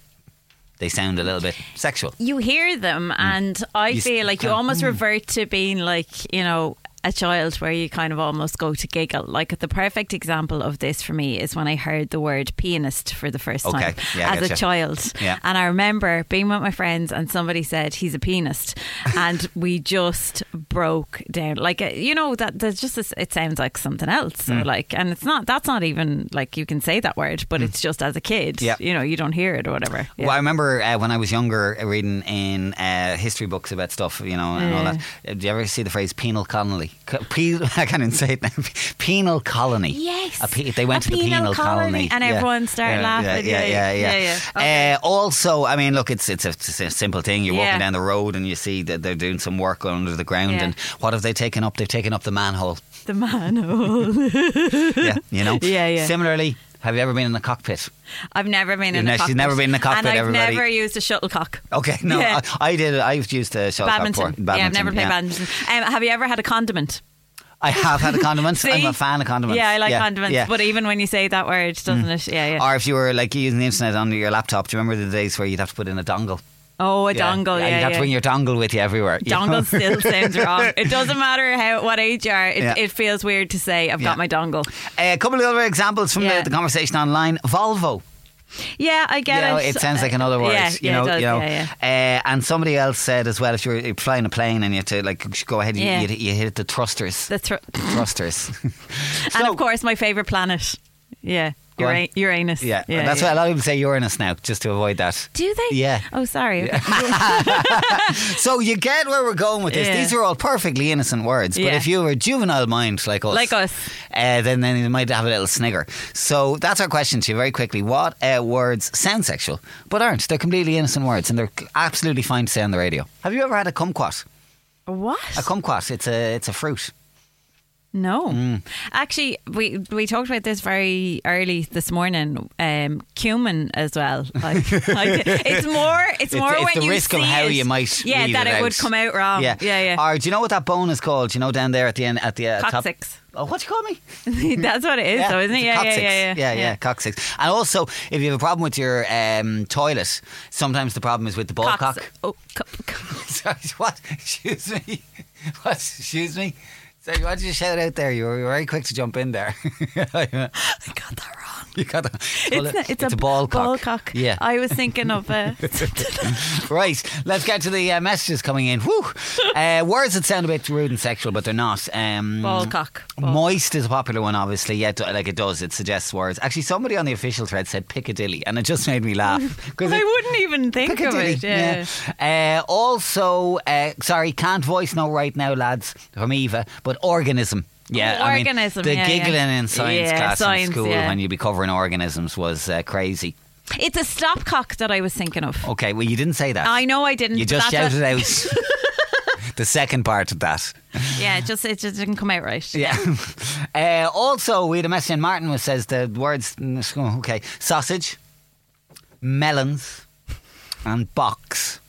S6: they sound a little bit sexual.
S5: You hear them, and I
S6: Mm. You s- mm.
S5: feel like you
S6: kinda,
S5: almost revert to being like you know a child, where you kind of almost go to giggle. Like the perfect example of this for me is when I heard the word pianist for the first
S6: Okay.
S5: time
S6: Yeah, I
S5: as
S6: getcha.
S5: a child,
S6: Yeah.
S5: and I remember being with my friends, and somebody said he's
S6: *laughs*
S5: a pianist, and we just broke down. Like uh, you know that there's just this, it sounds like something else. So
S6: Mm.
S5: like, and it's not. That's not even like you can say that word, but it's just as a kid, *laughs*
S6: Yeah.
S5: you know, you don't hear it or whatever. Yeah.
S6: Well, I remember uh, when I was younger uh, reading in uh, history books about stuff, you know, and all that. Uh, Do you ever see the phrase penal colony? Co- pe- *laughs* I can't even say it now. penal colony.
S5: Yes.
S6: A pe- they went
S5: A
S6: to the penal,
S5: penal colony. And everyone started
S6: yeah,
S5: laughing.
S6: Yeah, yeah, yeah.
S5: Yeah,
S6: yeah.
S5: yeah.
S6: Uh, also, I mean, look, it's it's a, it's a simple thing. You're
S5: Yeah.
S6: walking down the road and you see that they're doing some work under the ground,
S5: Yeah.
S6: and what have they taken up? They've taken up the manhole. *laughs*
S5: The *laughs* manhole.
S6: yeah, *laughs* you know.
S5: *laughs* Yeah, yeah.
S6: Similarly, have you ever been in a cockpit?
S5: I've never been in
S6: You've
S5: a
S6: ne- she's
S5: cockpit.
S6: never been in a cockpit,
S5: And I've
S6: everybody.
S5: never used a shuttlecock.
S6: Okay, *laughs* no,
S5: Yeah.
S6: I, I did. I've used a shot
S5: Badminton. Yeah, I've never played badminton. Um, have you ever had a condiment?
S6: I have had a
S5: *laughs*
S6: condiment.
S5: See?
S6: I'm a fan of condiments.
S5: Yeah, I like condiments.
S6: yeah. Mm.
S5: But uh, even when you say that word, doesn't it? Yeah, yeah.
S6: or if you were like using the internet on your laptop, do you remember the days where you'd have to put in a dongle?
S5: Oh, a dongle. Yeah,
S6: you'd have
S5: yeah.
S6: to bring your dongle with you everywhere. you know? *laughs*
S5: Dongle still sounds wrong. It doesn't matter how what age you are. It,
S6: Yeah.
S5: it feels weird to say I've
S6: Yeah. Uh,
S5: got my dongle.
S6: a couple of other examples from
S5: Yeah.
S6: Uh, the, the conversation online. Volvo.
S5: Yeah, I get
S6: you know,
S5: it.
S6: it sounds like another word.
S5: yeah,
S6: you
S5: yeah, it
S6: know,
S5: does,
S6: you know.
S5: yeah,
S6: Uh, and somebody else said as well, if you're flying a plane and you have to like go ahead, you,
S5: Yeah.
S6: you, you hit the thrusters.
S5: The thr-
S6: thrusters. *laughs*
S5: and
S6: So-
S5: of course, my favorite planet. Yeah.
S6: Go on.
S5: Ura- Uranus.
S6: Yeah, that's why a lot of people say Uranus now, just to avoid that.
S5: Do they?
S6: *laughs* Yeah.
S5: Oh, sorry. Okay.
S6: So you get where we're going with this.
S5: Yeah.
S6: These are all perfectly innocent words, but
S5: Yeah.
S6: if you were a juvenile mind like us,
S5: Like us.
S6: uh, then then you might have a little snigger. So that's our question to you very quickly. What uh, words sound sexual but aren't? They're completely innocent words, and they're c- absolutely fine to say on the radio. Have you ever had a kumquat?
S5: *laughs* What?
S6: A kumquat. It's a it's a fruit. Mm.
S5: No. Actually, we we talked about this very early this morning. Um, cumin as well.
S6: *laughs*
S5: Like, like, it's more.
S6: It's-
S5: It's more
S6: it's
S5: when
S6: the
S5: you
S6: risk of
S5: see
S6: how
S5: it.
S6: you might
S5: Yeah,
S6: leave
S5: that
S6: it
S5: it would
S6: out.
S5: come out wrong. Yeah, yeah.
S6: Or do you know what that bone is called? You know down there at the end at the uh, top.
S5: Coccyx.
S6: Oh, what do you call me?
S5: *laughs* That's what it is, though, isn't it?
S6: it's a
S5: Yeah, yeah,
S6: coccyx.
S5: yeah,
S6: yeah, coccyx. And also, if you have a problem with your um, toilet, sometimes the problem is with the ball
S5: Cocks-
S6: cock.
S5: Oh, co- co-
S6: Sorry, what? Excuse me. *laughs* What? Excuse me. Sorry, why did you shout out there? You were you were very quick to jump in there. *laughs*
S5: I got that wrong.
S6: you got the,
S5: It's, not- it's,
S6: a, ball cock.
S5: cock.
S6: Yeah.
S5: I was
S6: *laughs*
S5: thinking of. Uh, *laughs*
S6: Right, let's get to the uh, messages coming in. Whew. Uh, words that sound a bit rude and sexual, but they're not. Um,
S5: Ball cock. Ball-
S6: Moist is a popular one, obviously. Yeah, d- like it does. It suggests words. Actually, somebody on the official thread said Piccadilly, and it just made me laugh. Because
S5: *laughs* I wouldn't even think of it. Yeah.
S6: Uh, also, uh, sorry, can't voice no right now, lads, from Eva, but organism. Yeah,
S5: Oh,
S6: I mean,
S5: organism,
S6: the
S5: yeah, yeah.
S6: giggling in science
S5: Yeah,
S6: class
S5: science,
S6: in school
S5: yeah.
S6: when you'd be covering organisms was uh, crazy.
S5: It's a stopcock that I was
S6: *laughs*
S5: thinking of.
S6: Okay, well, you didn't say that.
S5: I know I didn't.
S6: You
S5: but
S6: just
S5: that's
S6: shouted out
S5: *laughs*
S6: the second part of that. *laughs*
S5: what- *laughs* Yeah, it just it just didn't come out right.
S6: Yeah. uh, also, we had a message in Martin which says the words, okay, sausage, melons, and box.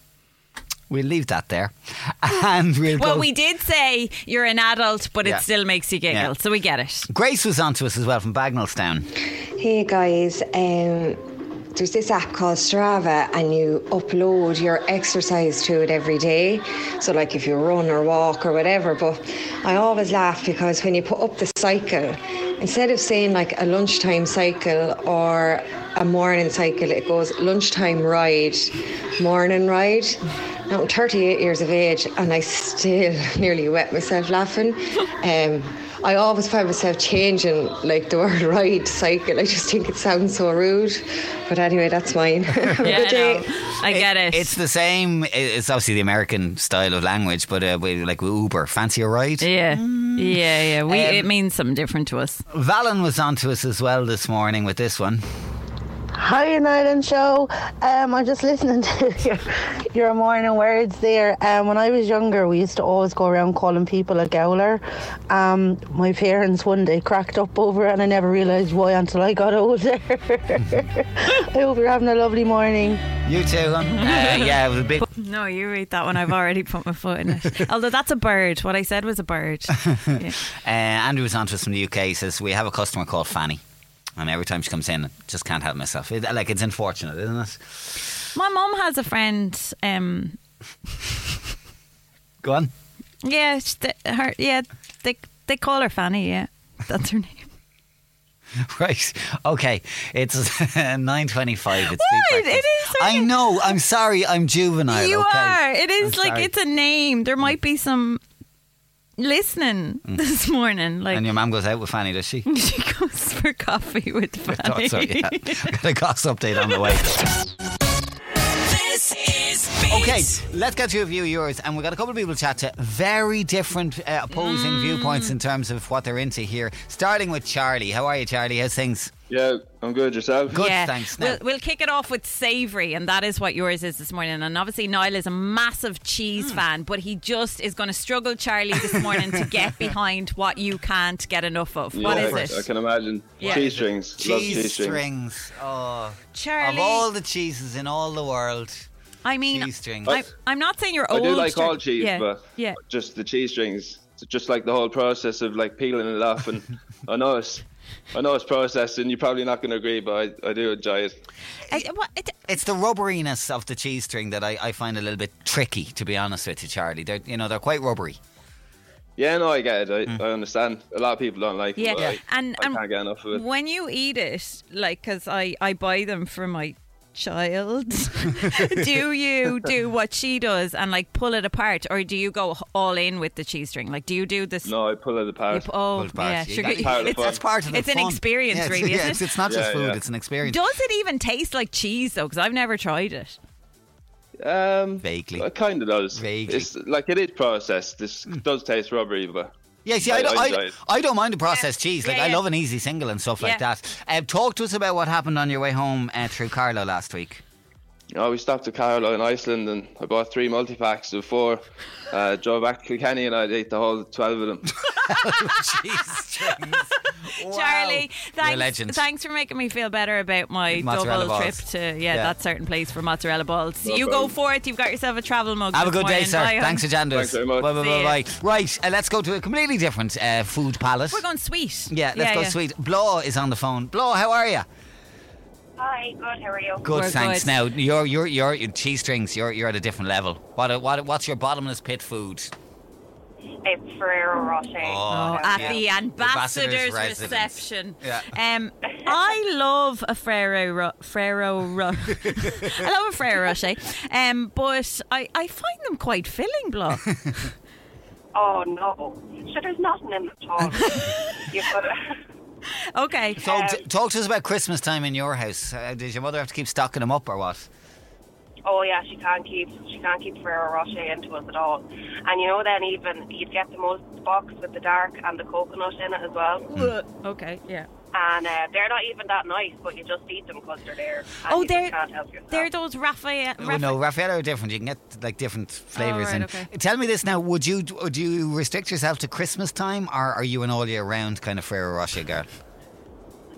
S6: We'll leave that there. *laughs* And *laughs* we'll
S5: Well,
S6: go-
S5: we did say you're an adult, but
S6: Yeah.
S5: it still makes you giggle,
S6: Yeah.
S5: so we get it.
S6: Grace was on to us as well from Bagnallstown.
S10: Hey guys, um, there's this app called Strava, and you upload your exercise to it every day. So, like if you run or walk or whatever. But I always laugh because when you put up the cycle, instead of saying like a lunchtime cycle or a morning cycle, it goes lunchtime ride, morning ride. Now, I'm 38 years of age, and I still *laughs* nearly wet myself laughing. Um, I always find myself changing like the word *laughs* ride cycle. I just think it sounds so rude. But anyway, that's mine. *laughs* Have a
S5: Yeah,
S10: good
S5: I,
S10: day.
S5: know. I get it.
S6: It's the same. i- It's obviously the American style of language, but uh, we, like Uber, fancy a ride?
S5: yeah, yeah, yeah. We
S6: Um,
S5: it means something different to us.
S6: Valen was on to us as well this morning with this one.
S11: Hi, an island show. Um, I'm just listening to your, your morning words there. Um, when I was younger, we used to always go around calling people a gowler. Um, my parents one day cracked up over it, and I never realised why until I got older. *laughs* I hope you're having a lovely morning.
S6: You too. huh?
S5: *laughs*
S6: Uh, yeah, it was a big.
S5: No, you read that one. I've already put my foot in it. Although that's a bird. What I said was
S6: *laughs*
S5: a bird. Yeah.
S6: Uh, Andrew was on to us from the UK. He says we have a customer called Fanny, and every time she comes in, I just can't help myself. It, like it's unfortunate, isn't it?
S5: My mum has a friend. Um,
S6: Go on.
S5: yeah, she- th- her. Yeah, they they call her Fanny. Yeah, *laughs* that's her name.
S6: *laughs* Right. Okay. It's *laughs* nine twenty-five. It's
S5: What?
S6: Beat Breakfast.
S5: It is
S6: I
S5: really-
S6: know. I'm sorry. I'm juvenile.
S5: You
S6: okay?
S5: are. It is
S6: I'm
S5: like
S6: sorry.
S5: it's a name. There might be some listening this morning. Like
S6: Mm. And your mum goes out with Fanny,
S5: *laughs*
S6: does she?
S5: she goes *laughs* for coffee with Fanny. *laughs*
S6: Thought so, yeah. *laughs* Got a goss update on the way.
S2: This is Beat.
S6: Okay, let's get to a few of yours, and we've got a couple of people to chat to. Very different uh, opposing
S5: Mm.
S6: viewpoints in terms of what they're into here. Starting with Charlie. How are you, Charlie? How's things?
S12: Yeah, I'm good. Yourself?
S6: Good, thanks. Now,
S5: We'll, we'll kick it off with savory, and that is what yours is this morning. And obviously, Niall is a massive cheese
S12: Mm.
S5: fan, but he just is going to struggle,
S12: *laughs*
S5: Charlie, this morning to get behind what you can't get enough of. What
S12: yeah,
S5: is
S12: I
S5: it,
S12: can imagine.
S5: Yeah.
S12: Cheese strings. Love
S6: cheese,
S12: cheese strings.
S6: strings. Oh,
S5: Charlie?
S6: of all the cheeses in all the world,
S5: I mean,
S6: cheese strings.
S5: I, I'm not saying you're
S12: I
S5: old.
S12: do like
S5: Char-
S12: all cheese,
S5: yeah,
S12: but
S5: yeah.
S12: *laughs* just the cheese strings. It's Just like the whole process of like peeling it off,
S6: *laughs*
S12: and I know it's, I know it's processed, and you're probably not going to agree, but I, I do enjoy it.
S5: I- what- it-
S6: it's the rubberiness of the cheese string that I, I find a little bit tricky, to be honest with you, Charlie. They're you know they're quite rubbery.
S12: Yeah, no, I get it. I,
S6: Mm.
S12: I understand. A lot of people don't like
S5: Yeah,
S12: it. but I,
S5: and
S12: I
S5: and
S12: can't get enough of it.
S5: when you eat it, like, because I I buy them for my
S12: *laughs*
S5: child, do you do what she does and like pull it apart, or do you go all in with the cheese string? Like, do you do this?
S12: No, I pull it apart.
S5: Oh,
S6: Pull it apart.
S5: yeah,
S6: You
S5: sugar.
S6: got- Part of the
S5: it's,
S6: fun. That's part of the
S5: It's an
S6: fun.
S5: experience,
S6: Yeah, it's-
S5: really.
S6: yeah,
S5: isn't
S6: it's-
S5: it?
S6: it's not just Yeah, food, yeah. it's an experience.
S5: Does it even taste like cheese though? Because I've never
S6: *laughs*
S5: tried it.
S12: Um,
S6: Vaguely. Hmm.
S12: It kind of does. Vaguely. It's like it is processed. This does taste rubbery, but
S6: Yeah, see, I, don't,
S12: enjoy
S6: I,
S12: it.
S6: I don't mind the processed cheese. Like,
S12: Yeah,
S6: I
S12: yeah.
S6: love an easy single and stuff like
S12: Yeah.
S6: that. Uh, talk to us about what happened on your way home uh, through Carlo last week.
S12: Oh, we stopped at Carlo in Iceland and I bought three multi packs of four. Uh, drove back to Kilkenny and I ate the whole 12 of them.
S5: *laughs* Charlie,
S6: You're a legend.
S5: thanks, thanks for making me feel better about my
S6: Mozzarella
S5: double
S6: balls.
S5: trip to
S6: Yeah.
S5: yeah, that certain place for mozzarella balls.
S6: No
S5: you
S6: problem.
S5: go for it. You've got yourself a travel mug.
S6: Have a
S5: this
S6: good day,
S5: Oh, morning.
S6: sir.
S5: Bye, hon.
S6: Thanks for Janders. Bye, bye,
S5: See
S6: bye,
S5: ya.
S6: bye. Right, uh, let's go to a completely different uh, food palette.
S5: We're going sweet.
S6: Yeah, let's go sweet. Blaw is on the phone. Blaw, how are you?
S13: Hi, good. How are you?
S6: Good, thanks. Now, you're, you're, you're, you cheese strings, you're, you're at a different level. What, what, what's your bottomless pit food?
S13: It's Ferrero Rocher.
S6: Oh,
S5: at
S6: yeah.
S5: the ambassador's,
S6: Ambassador's residence.
S5: reception.
S6: Yeah.
S5: Um, I love a Ferrero Ro- Ferrero
S6: *laughs*
S5: Ro- I love a Ferrero Rocher, um, but I, I find them quite filling,
S6: *laughs*
S5: blah.
S13: Oh no! So there's nothing in the
S6: *laughs*
S13: top. you put
S5: okay. Uh,
S6: So, t- talk to us about Christmas time in your house. Uh, does your mother have to keep stocking them up or what?
S13: Oh yeah, she can't keep she can't keep Ferrero Rocher into us at all. And you know, then even you'd get the most box with the dark and the coconut in it as well.
S6: Hmm.
S5: okay, yeah.
S13: And uh, they're not even that nice, but you just eat them because they're there. And
S5: Oh,
S13: you just
S5: they're-
S13: can't help yourself.
S5: They're those Raphael.
S6: Oh, no, Raffaello are different. You can get like different flavors.
S5: right,
S6: and
S5: okay.
S6: tell me this now: Would you do you restrict yourself to Christmas time, or are you an all year round kind of Ferrero Rocher girl?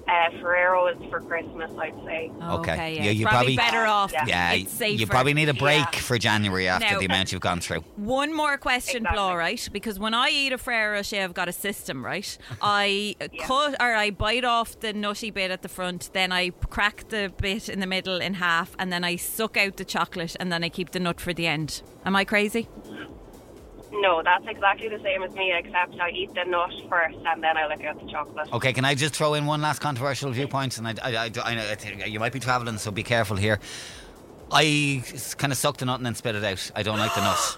S13: Uh, Ferrero is for Christmas, I'd say.
S6: Yeah, you
S5: Probably better off.
S6: Yeah,
S5: It's safer.
S6: you probably need a break
S5: Yeah.
S6: for January after
S5: Now-
S6: the amount you've gone through.
S5: One more question, Blah, right? Because when I eat a Ferrero Rocher, I've got a
S6: *laughs*
S5: system, right? I cut or I bite off the nutty bit at the front, then I crack the bit in the middle in half, and then I suck out the chocolate, and then I keep the nut for the end. Am I crazy?
S13: No, that's exactly the same as me, except I eat the nut first and then I look at the chocolate.
S6: Okay, can I just throw in one last controversial viewpoint? And I, I, I, I know I think you might be travelling, so be careful here. I kind of sucked the nut and then spit it out. I don't like the nut.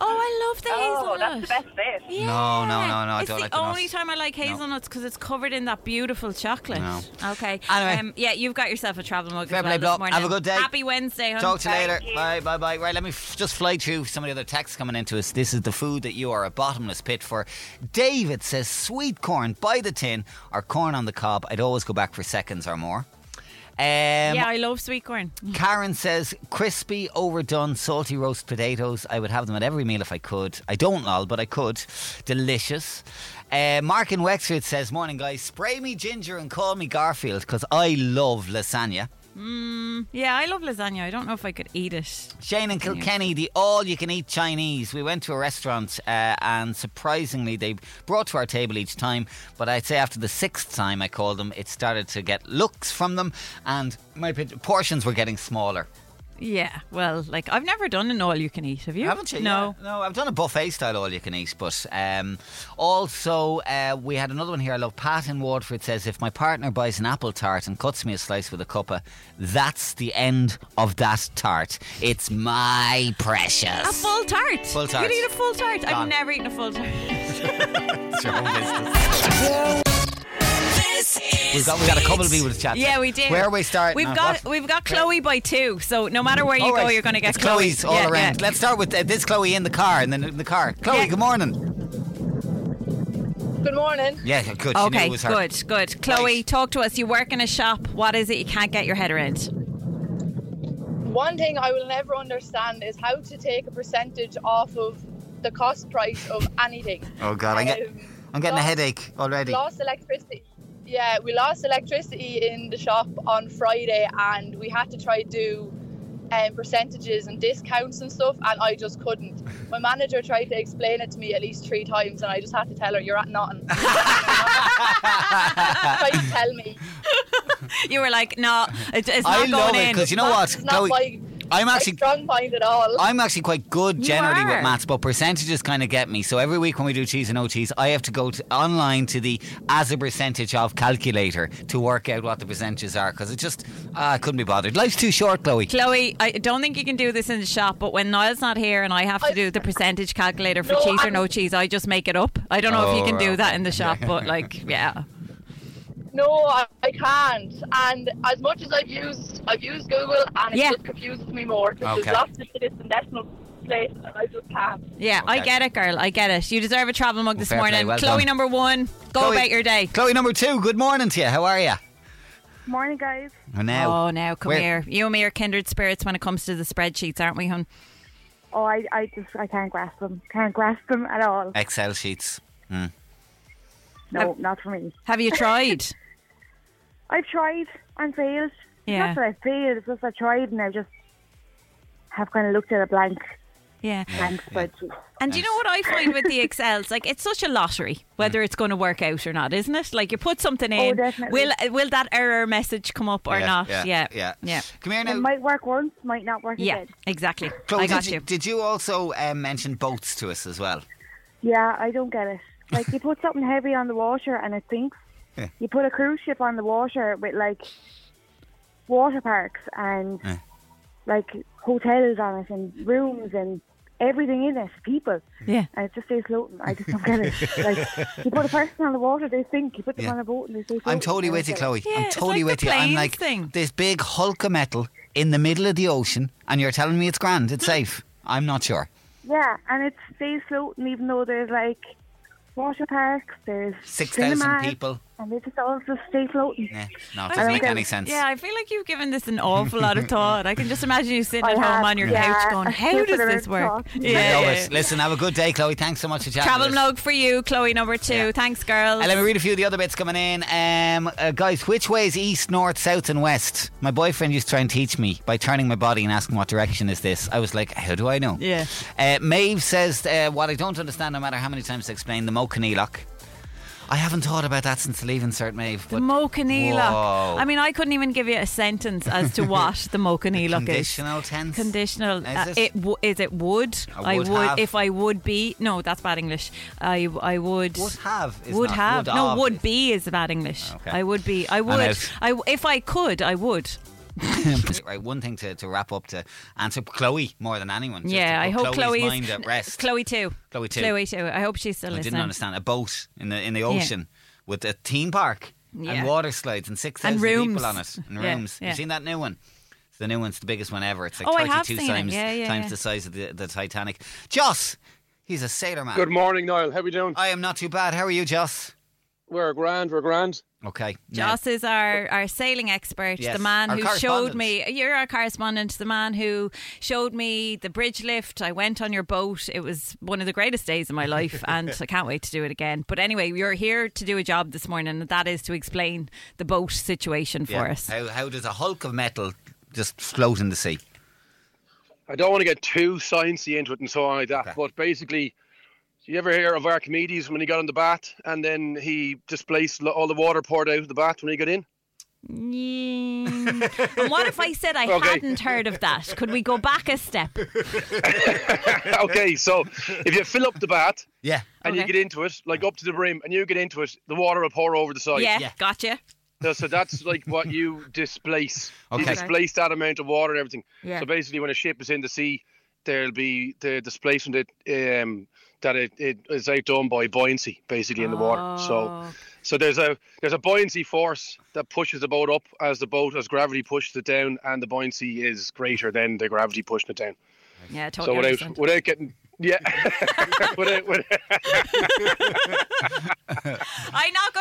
S5: Oh, I love the hazelnut.
S13: that's the best bit.
S5: Yeah.
S6: No, no, no, no, I
S5: It's
S6: don't
S5: the
S6: like the nut.
S5: only time I like hazelnuts because it's covered in that beautiful chocolate.
S6: No.
S5: Okay. um,
S6: Anyway.
S5: yeah, you've got yourself a travel mug.
S6: Fair
S5: as
S6: play,
S5: well this
S6: Blah.
S5: morning.
S6: Have a good day.
S5: Happy Wednesday. hun.
S6: Talk to you later. Bye, bye, bye. Right, let me f- just fly through some of the other texts coming into us. This is the food that you are a bottomless pit for. David says sweet corn by the tin or corn on the cob. I'd always go back for seconds or more. Um,
S5: yeah, I love sweet corn.
S6: Karen says crispy, overdone, salty roast potatoes. I would have them at every meal if I could. I don't, lol, but I could. Delicious. Uh, Mark in Wexford says, "Morning, guys. Spray me ginger and call me Garfield because I love lasagna."
S5: Mm, yeah, I love lasagna. I don't know if I could eat it.
S6: Shane and Kilkenny, the all you can eat Chinese. We went to a restaurant uh, and surprisingly they brought to our table each time. But I'd say after the sixth time I called them, it started to get looks from them and my p- portions were getting smaller.
S5: Yeah, well, like I've never done an all you can eat. Have you?
S6: Haven't you?
S5: No.
S6: Yeah. No, I've done a buffet style all you can eat, but um, also uh, we had another one here. I love Pat in Waterford says if my partner buys an apple tart and cuts me a slice with a cuppa, that's the end of that tart. It's my precious.
S5: A full tart.
S6: Full
S5: You
S6: tart.
S5: could eat a full tart.
S6: Gone.
S5: I've never eaten a full tart.
S6: *laughs* It's your own business. We've got, we got a couple of people to chat. to.
S5: Yeah, we did.
S6: Where are we starting? Uh,
S5: We've
S6: now?
S5: got
S6: What-
S5: we've got Chloe by two. So no matter where you
S6: All
S5: go,
S6: right.
S5: you're going to get
S6: It's Chloe's all
S5: Yeah, yeah.
S6: around. Let's start with uh, this Chloe in the car and then in the car. Chloe,
S5: Yeah.
S6: good morning.
S14: Good morning.
S6: Yeah, good. She knew
S5: Okay,
S6: it was her.
S5: good, good. Chloe, talk to us. You work in a shop. What is it you can't get your head around? *laughs*
S14: One thing I will never understand is how to take a percentage off of the cost price of anything.
S6: Oh God, I get,
S14: Um,
S6: I'm getting a
S14: lost-
S6: headache already.
S14: Lost electricity. Yeah, we lost electricity in the shop on Friday, and we had to try to do um, percentages and discounts and stuff, and I just couldn't. My manager tried to explain it to me at least three times, and I just had to tell her, "You're at nothing."
S6: *laughs*
S14: Try to tell me.
S5: You were like, no, it, it's not
S6: I
S5: going
S6: love it
S5: in.
S6: because you know what,
S14: It's not
S6: Chloe.
S14: my-
S6: I'm actually
S14: strong mind at all.
S6: I'm actually quite good
S14: You
S6: generally
S14: are.
S6: with maths, but percentages kind of get me. So every week when we do cheese and no cheese, I have to go to online to the as a percentage of calculator to work out what the percentages are because it just ah, I couldn't be bothered. Life's too short, Chloe.
S5: Chloe, I don't think you can do this in the shop, but when Niall's not here and I have to do the percentage calculator for
S14: No,
S5: cheese or
S14: I'm-
S5: no cheese, I just make it up. I don't know if
S6: Oh,
S5: you can do
S6: right.
S5: that in the shop,
S6: *laughs*
S5: but like, yeah.
S14: No, I, I can't. And as much as I've used, I've used Google, and it
S5: Yeah.
S14: just confuses me more because
S5: Okay.
S14: there's lots of shit in decimal place, and I just can't.
S5: Yeah, I
S6: Okay.
S5: get it, girl. I get it. You deserve a travel mug this
S6: fair play.
S5: morning.
S6: Well
S5: Chloe,
S6: done.
S5: number one, go
S6: Chloe-
S5: about your day.
S6: Chloe number two. Good morning to you. How are you?
S15: Morning, guys.
S6: Oh, now.
S5: Oh, now come
S6: Where-
S5: here. You and me are kindred spirits when it comes to the spreadsheets, aren't we, hun?
S15: Oh, I, I just, I can't grasp them. Can't grasp them at all.
S6: Excel sheets. Mm.
S15: No, not for me.
S5: Have you tried?
S15: *laughs* I've tried and failed.
S5: Yeah.
S15: Not that I failed, it's just I tried and I just have kind of looked at a blank.
S5: Yeah.
S15: Blank spreadsheet.
S5: And do you know what I find with
S6: *laughs*
S5: the Excels? Like it's such a lottery
S6: Mm.
S5: whether it's going to work out or not, isn't it? Like you put something
S15: Oh,
S5: in,
S15: definitely.
S5: will will that error message come up or
S6: Yeah,
S5: not?
S6: yeah,
S5: Yeah,
S6: yeah. Come
S15: It might work once, might not work
S5: Yeah,
S15: again.
S5: exactly.
S6: Chloe,
S5: I got
S6: did
S5: you.
S6: Did you also um, mention boats to us as *laughs* well?
S15: Yeah, I don't get it. Like you put something heavy on the water and it sinks.
S6: Yeah.
S15: You put a cruise ship on the water with like water parks and
S6: Yeah.
S15: like hotels on it and rooms and everything in it, people.
S5: Yeah.
S15: And it just stays floating. I just don't get
S6: *laughs*
S15: it. Like you put a person on the water, they sink. You put them
S6: Yeah.
S15: on a boat and they stay floating.
S6: I'm totally
S15: I
S6: with you,
S15: don't
S6: Chloe.
S15: get it.
S6: I'm totally with you. I'm like this big hulk of metal in the middle of the ocean, and you're telling me it's grand,
S5: Hmm.
S6: it's safe. I'm not sure.
S15: Yeah, and it stays floating even though there's like water parks, there's
S6: Six thousand
S15: cinemas,
S6: people.
S15: and they just all just stay floating.
S6: Yeah, no, it
S5: I
S6: doesn't
S5: feel
S6: make
S5: like-
S6: any sense.
S5: Yeah, I feel like you've given this an awful lot
S6: *laughs*
S5: of thought. I can just imagine you sitting
S15: I
S5: at home
S15: have,
S5: on your
S15: yeah,
S5: couch going,
S15: I
S5: "How
S15: feel
S5: does
S15: for the
S5: this work?"
S15: talk.
S5: Yeah.
S6: I love
S5: yeah.
S6: it. Listen, have a good day, Chloe. Thanks so much for chatting.
S5: Travel
S6: with us.
S5: log for you, Chloe number two. Thanks, girls.
S6: Uh, let me read a few of the other bits coming in. Um, uh, guys, which way is east, north, south, and west? My boyfriend used to try and teach me by turning my body and asking what direction is this. I was like, how do I know?
S5: Yeah.
S6: Uh, Maeve says, uh, what I don't understand, no matter how many times I explain, the Mochanelock. I haven't thought about that since leaving Cert Maeve.
S5: The
S6: But Whoa.
S5: Mochanelock. I mean, I couldn't even give you a sentence as
S6: *laughs*
S5: to what the Mochanelock is.
S6: conditional tense.
S5: Conditional.
S6: Is
S5: uh,
S6: it?
S5: it w- is it would.
S6: I would have.
S5: if I would be. No, that's bad English. I I would.
S6: Would have is
S5: would
S6: not-
S5: have.
S6: would
S5: no,
S6: of
S5: would be is bad English.
S6: Okay.
S5: I would be. I
S6: I'm
S5: would.
S6: out.
S5: I w- if I could, I would.
S6: *laughs* right, one thing to, to wrap up to answer Chloe more than anyone. just
S5: yeah,
S6: to
S5: I
S6: put
S5: hope
S6: Chloe's
S5: Chloe's
S6: mind
S5: *laughs*
S6: at rest.
S5: Chloe too.
S6: Chloe too.
S5: Chloe too. I hope she's still
S6: I
S5: listening.
S6: didn't understand a boat in the in the ocean with a theme park
S5: Yeah.
S6: and water slides and six
S5: And
S6: thousand people
S5: rooms.
S6: on it and
S5: Yeah,
S6: rooms.
S5: yeah.
S6: You've seen that new one? It's the new one's the biggest one ever. It's like
S5: Oh, I have
S6: thirty-two
S5: seen it.
S6: times
S5: Yeah, yeah,
S6: times
S5: yeah.
S6: the size of the, the Titanic. Joss, he's a sailor man.
S16: Good morning, Niall. How are we doing?
S6: I am not too bad. How are you, Joss?
S16: We're grand. We're grand.
S6: Okay. now-
S5: Joss is our, our sailing expert,
S6: Yes,
S5: the man
S6: our
S5: who
S6: correspondent.
S5: showed me. You're our correspondent, the man who showed me the bridge lift. I went on your boat. It was one of the greatest days of my
S6: *laughs*
S5: life, and I can't wait to do it again. But anyway, you're here to do a job this morning, and that is to explain the boat situation for
S6: Yeah.
S5: us.
S6: How, how does a hulk of metal just float in the sea?
S16: I don't want to get too sciencey into it and so on like that, but basically, you ever hear of Archimedes when he got in the bath and then he displaced lo- all the water poured out of the bath when he got in?
S5: Mm. and what if I said I
S16: Okay.
S5: hadn't heard of that? Could we go back a step?
S16: *laughs*
S6: *laughs*
S16: okay, so if you fill up the bath,
S6: yeah,
S16: and you
S5: Okay.
S16: get into it, like up to the brim, and you get into it, the water will pour over the side.
S5: yeah, gotcha.
S16: So, so that's like what you displace. You
S5: Okay.
S16: displace that amount of water and everything.
S5: Yeah.
S16: So basically, when a ship is in the sea, there'll be the displacement it, um, that it, it is outdone by buoyancy, basically in the
S5: Oh.
S16: water. So, so there's a there's a buoyancy force that pushes the boat up as the boat as gravity pushes it down, and the buoyancy is greater than the gravity pushing it down.
S5: Yeah, I
S16: so
S5: totally.
S16: without
S5: understand.
S16: without getting yeah, *laughs* without,
S5: *laughs*
S16: without,
S5: I'm not gonna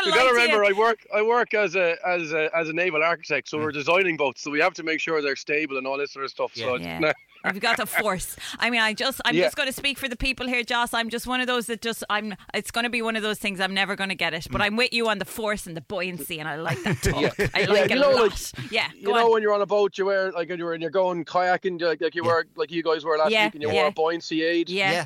S16: you
S5: lie
S16: gotta
S5: to
S16: remember,
S5: you.
S16: I work. I work as a as a as a naval architect, so we're designing boats, so we have to make sure they're stable and all this sort of stuff. So
S5: Mm. Yeah. We've got the force. I mean, I just, I'm
S16: Yeah.
S5: just going to speak for the people here, Joss. I'm just one of those that just, I'm. It's going to be one of those things. I'm never going to get it,
S16: Mm.
S5: but I'm with you on the force and the buoyancy, and I like that talk. *laughs* I
S16: Yeah,
S5: like
S16: you
S5: it
S16: know,
S5: a
S16: like,
S5: lot. yeah,
S16: you
S5: go
S16: know,
S5: on.
S16: when you're on a boat, you wear like when you're when you're going kayaking, like, like you were like you guys were last
S5: Yeah,
S16: week, and you
S5: yeah.
S16: wore a buoyancy aid.
S5: Yeah. Yeah.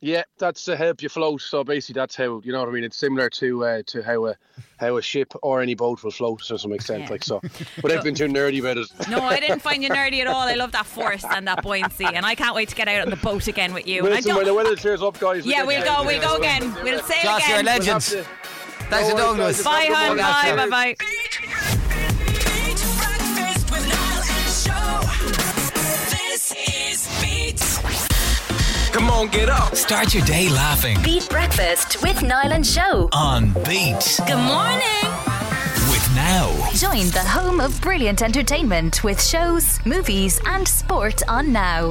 S16: Yeah, that's to help you float. So basically, that's how you know what I mean. It's similar to uh, to how a how a ship or any boat will float to some extent.
S5: Yeah.
S16: Like
S5: *laughs*
S16: so, but I've been too nerdy about it.
S5: No, I didn't find you nerdy at all. I love that force and that buoyancy, and I can't wait to get out on the boat again with you. and I
S16: Listen,
S5: don't-
S16: when the weather clears up, guys.
S5: Yeah,
S16: we
S5: we'll
S16: can-
S5: go, we'll go again. We'll say it
S17: Josh,
S5: again.
S17: you're a legend. Thanks for
S5: No
S17: talking to
S5: worries,
S17: us.
S5: guys. Bye, hon. Bye, bye, bye.
S4: Come on, get up.
S2: Start your day laughing
S3: Beat Breakfast with Niall and Show.
S2: on Beat
S3: Good morning.
S2: with Now.
S3: Join the home of brilliant entertainment with shows, movies, and sport on Now.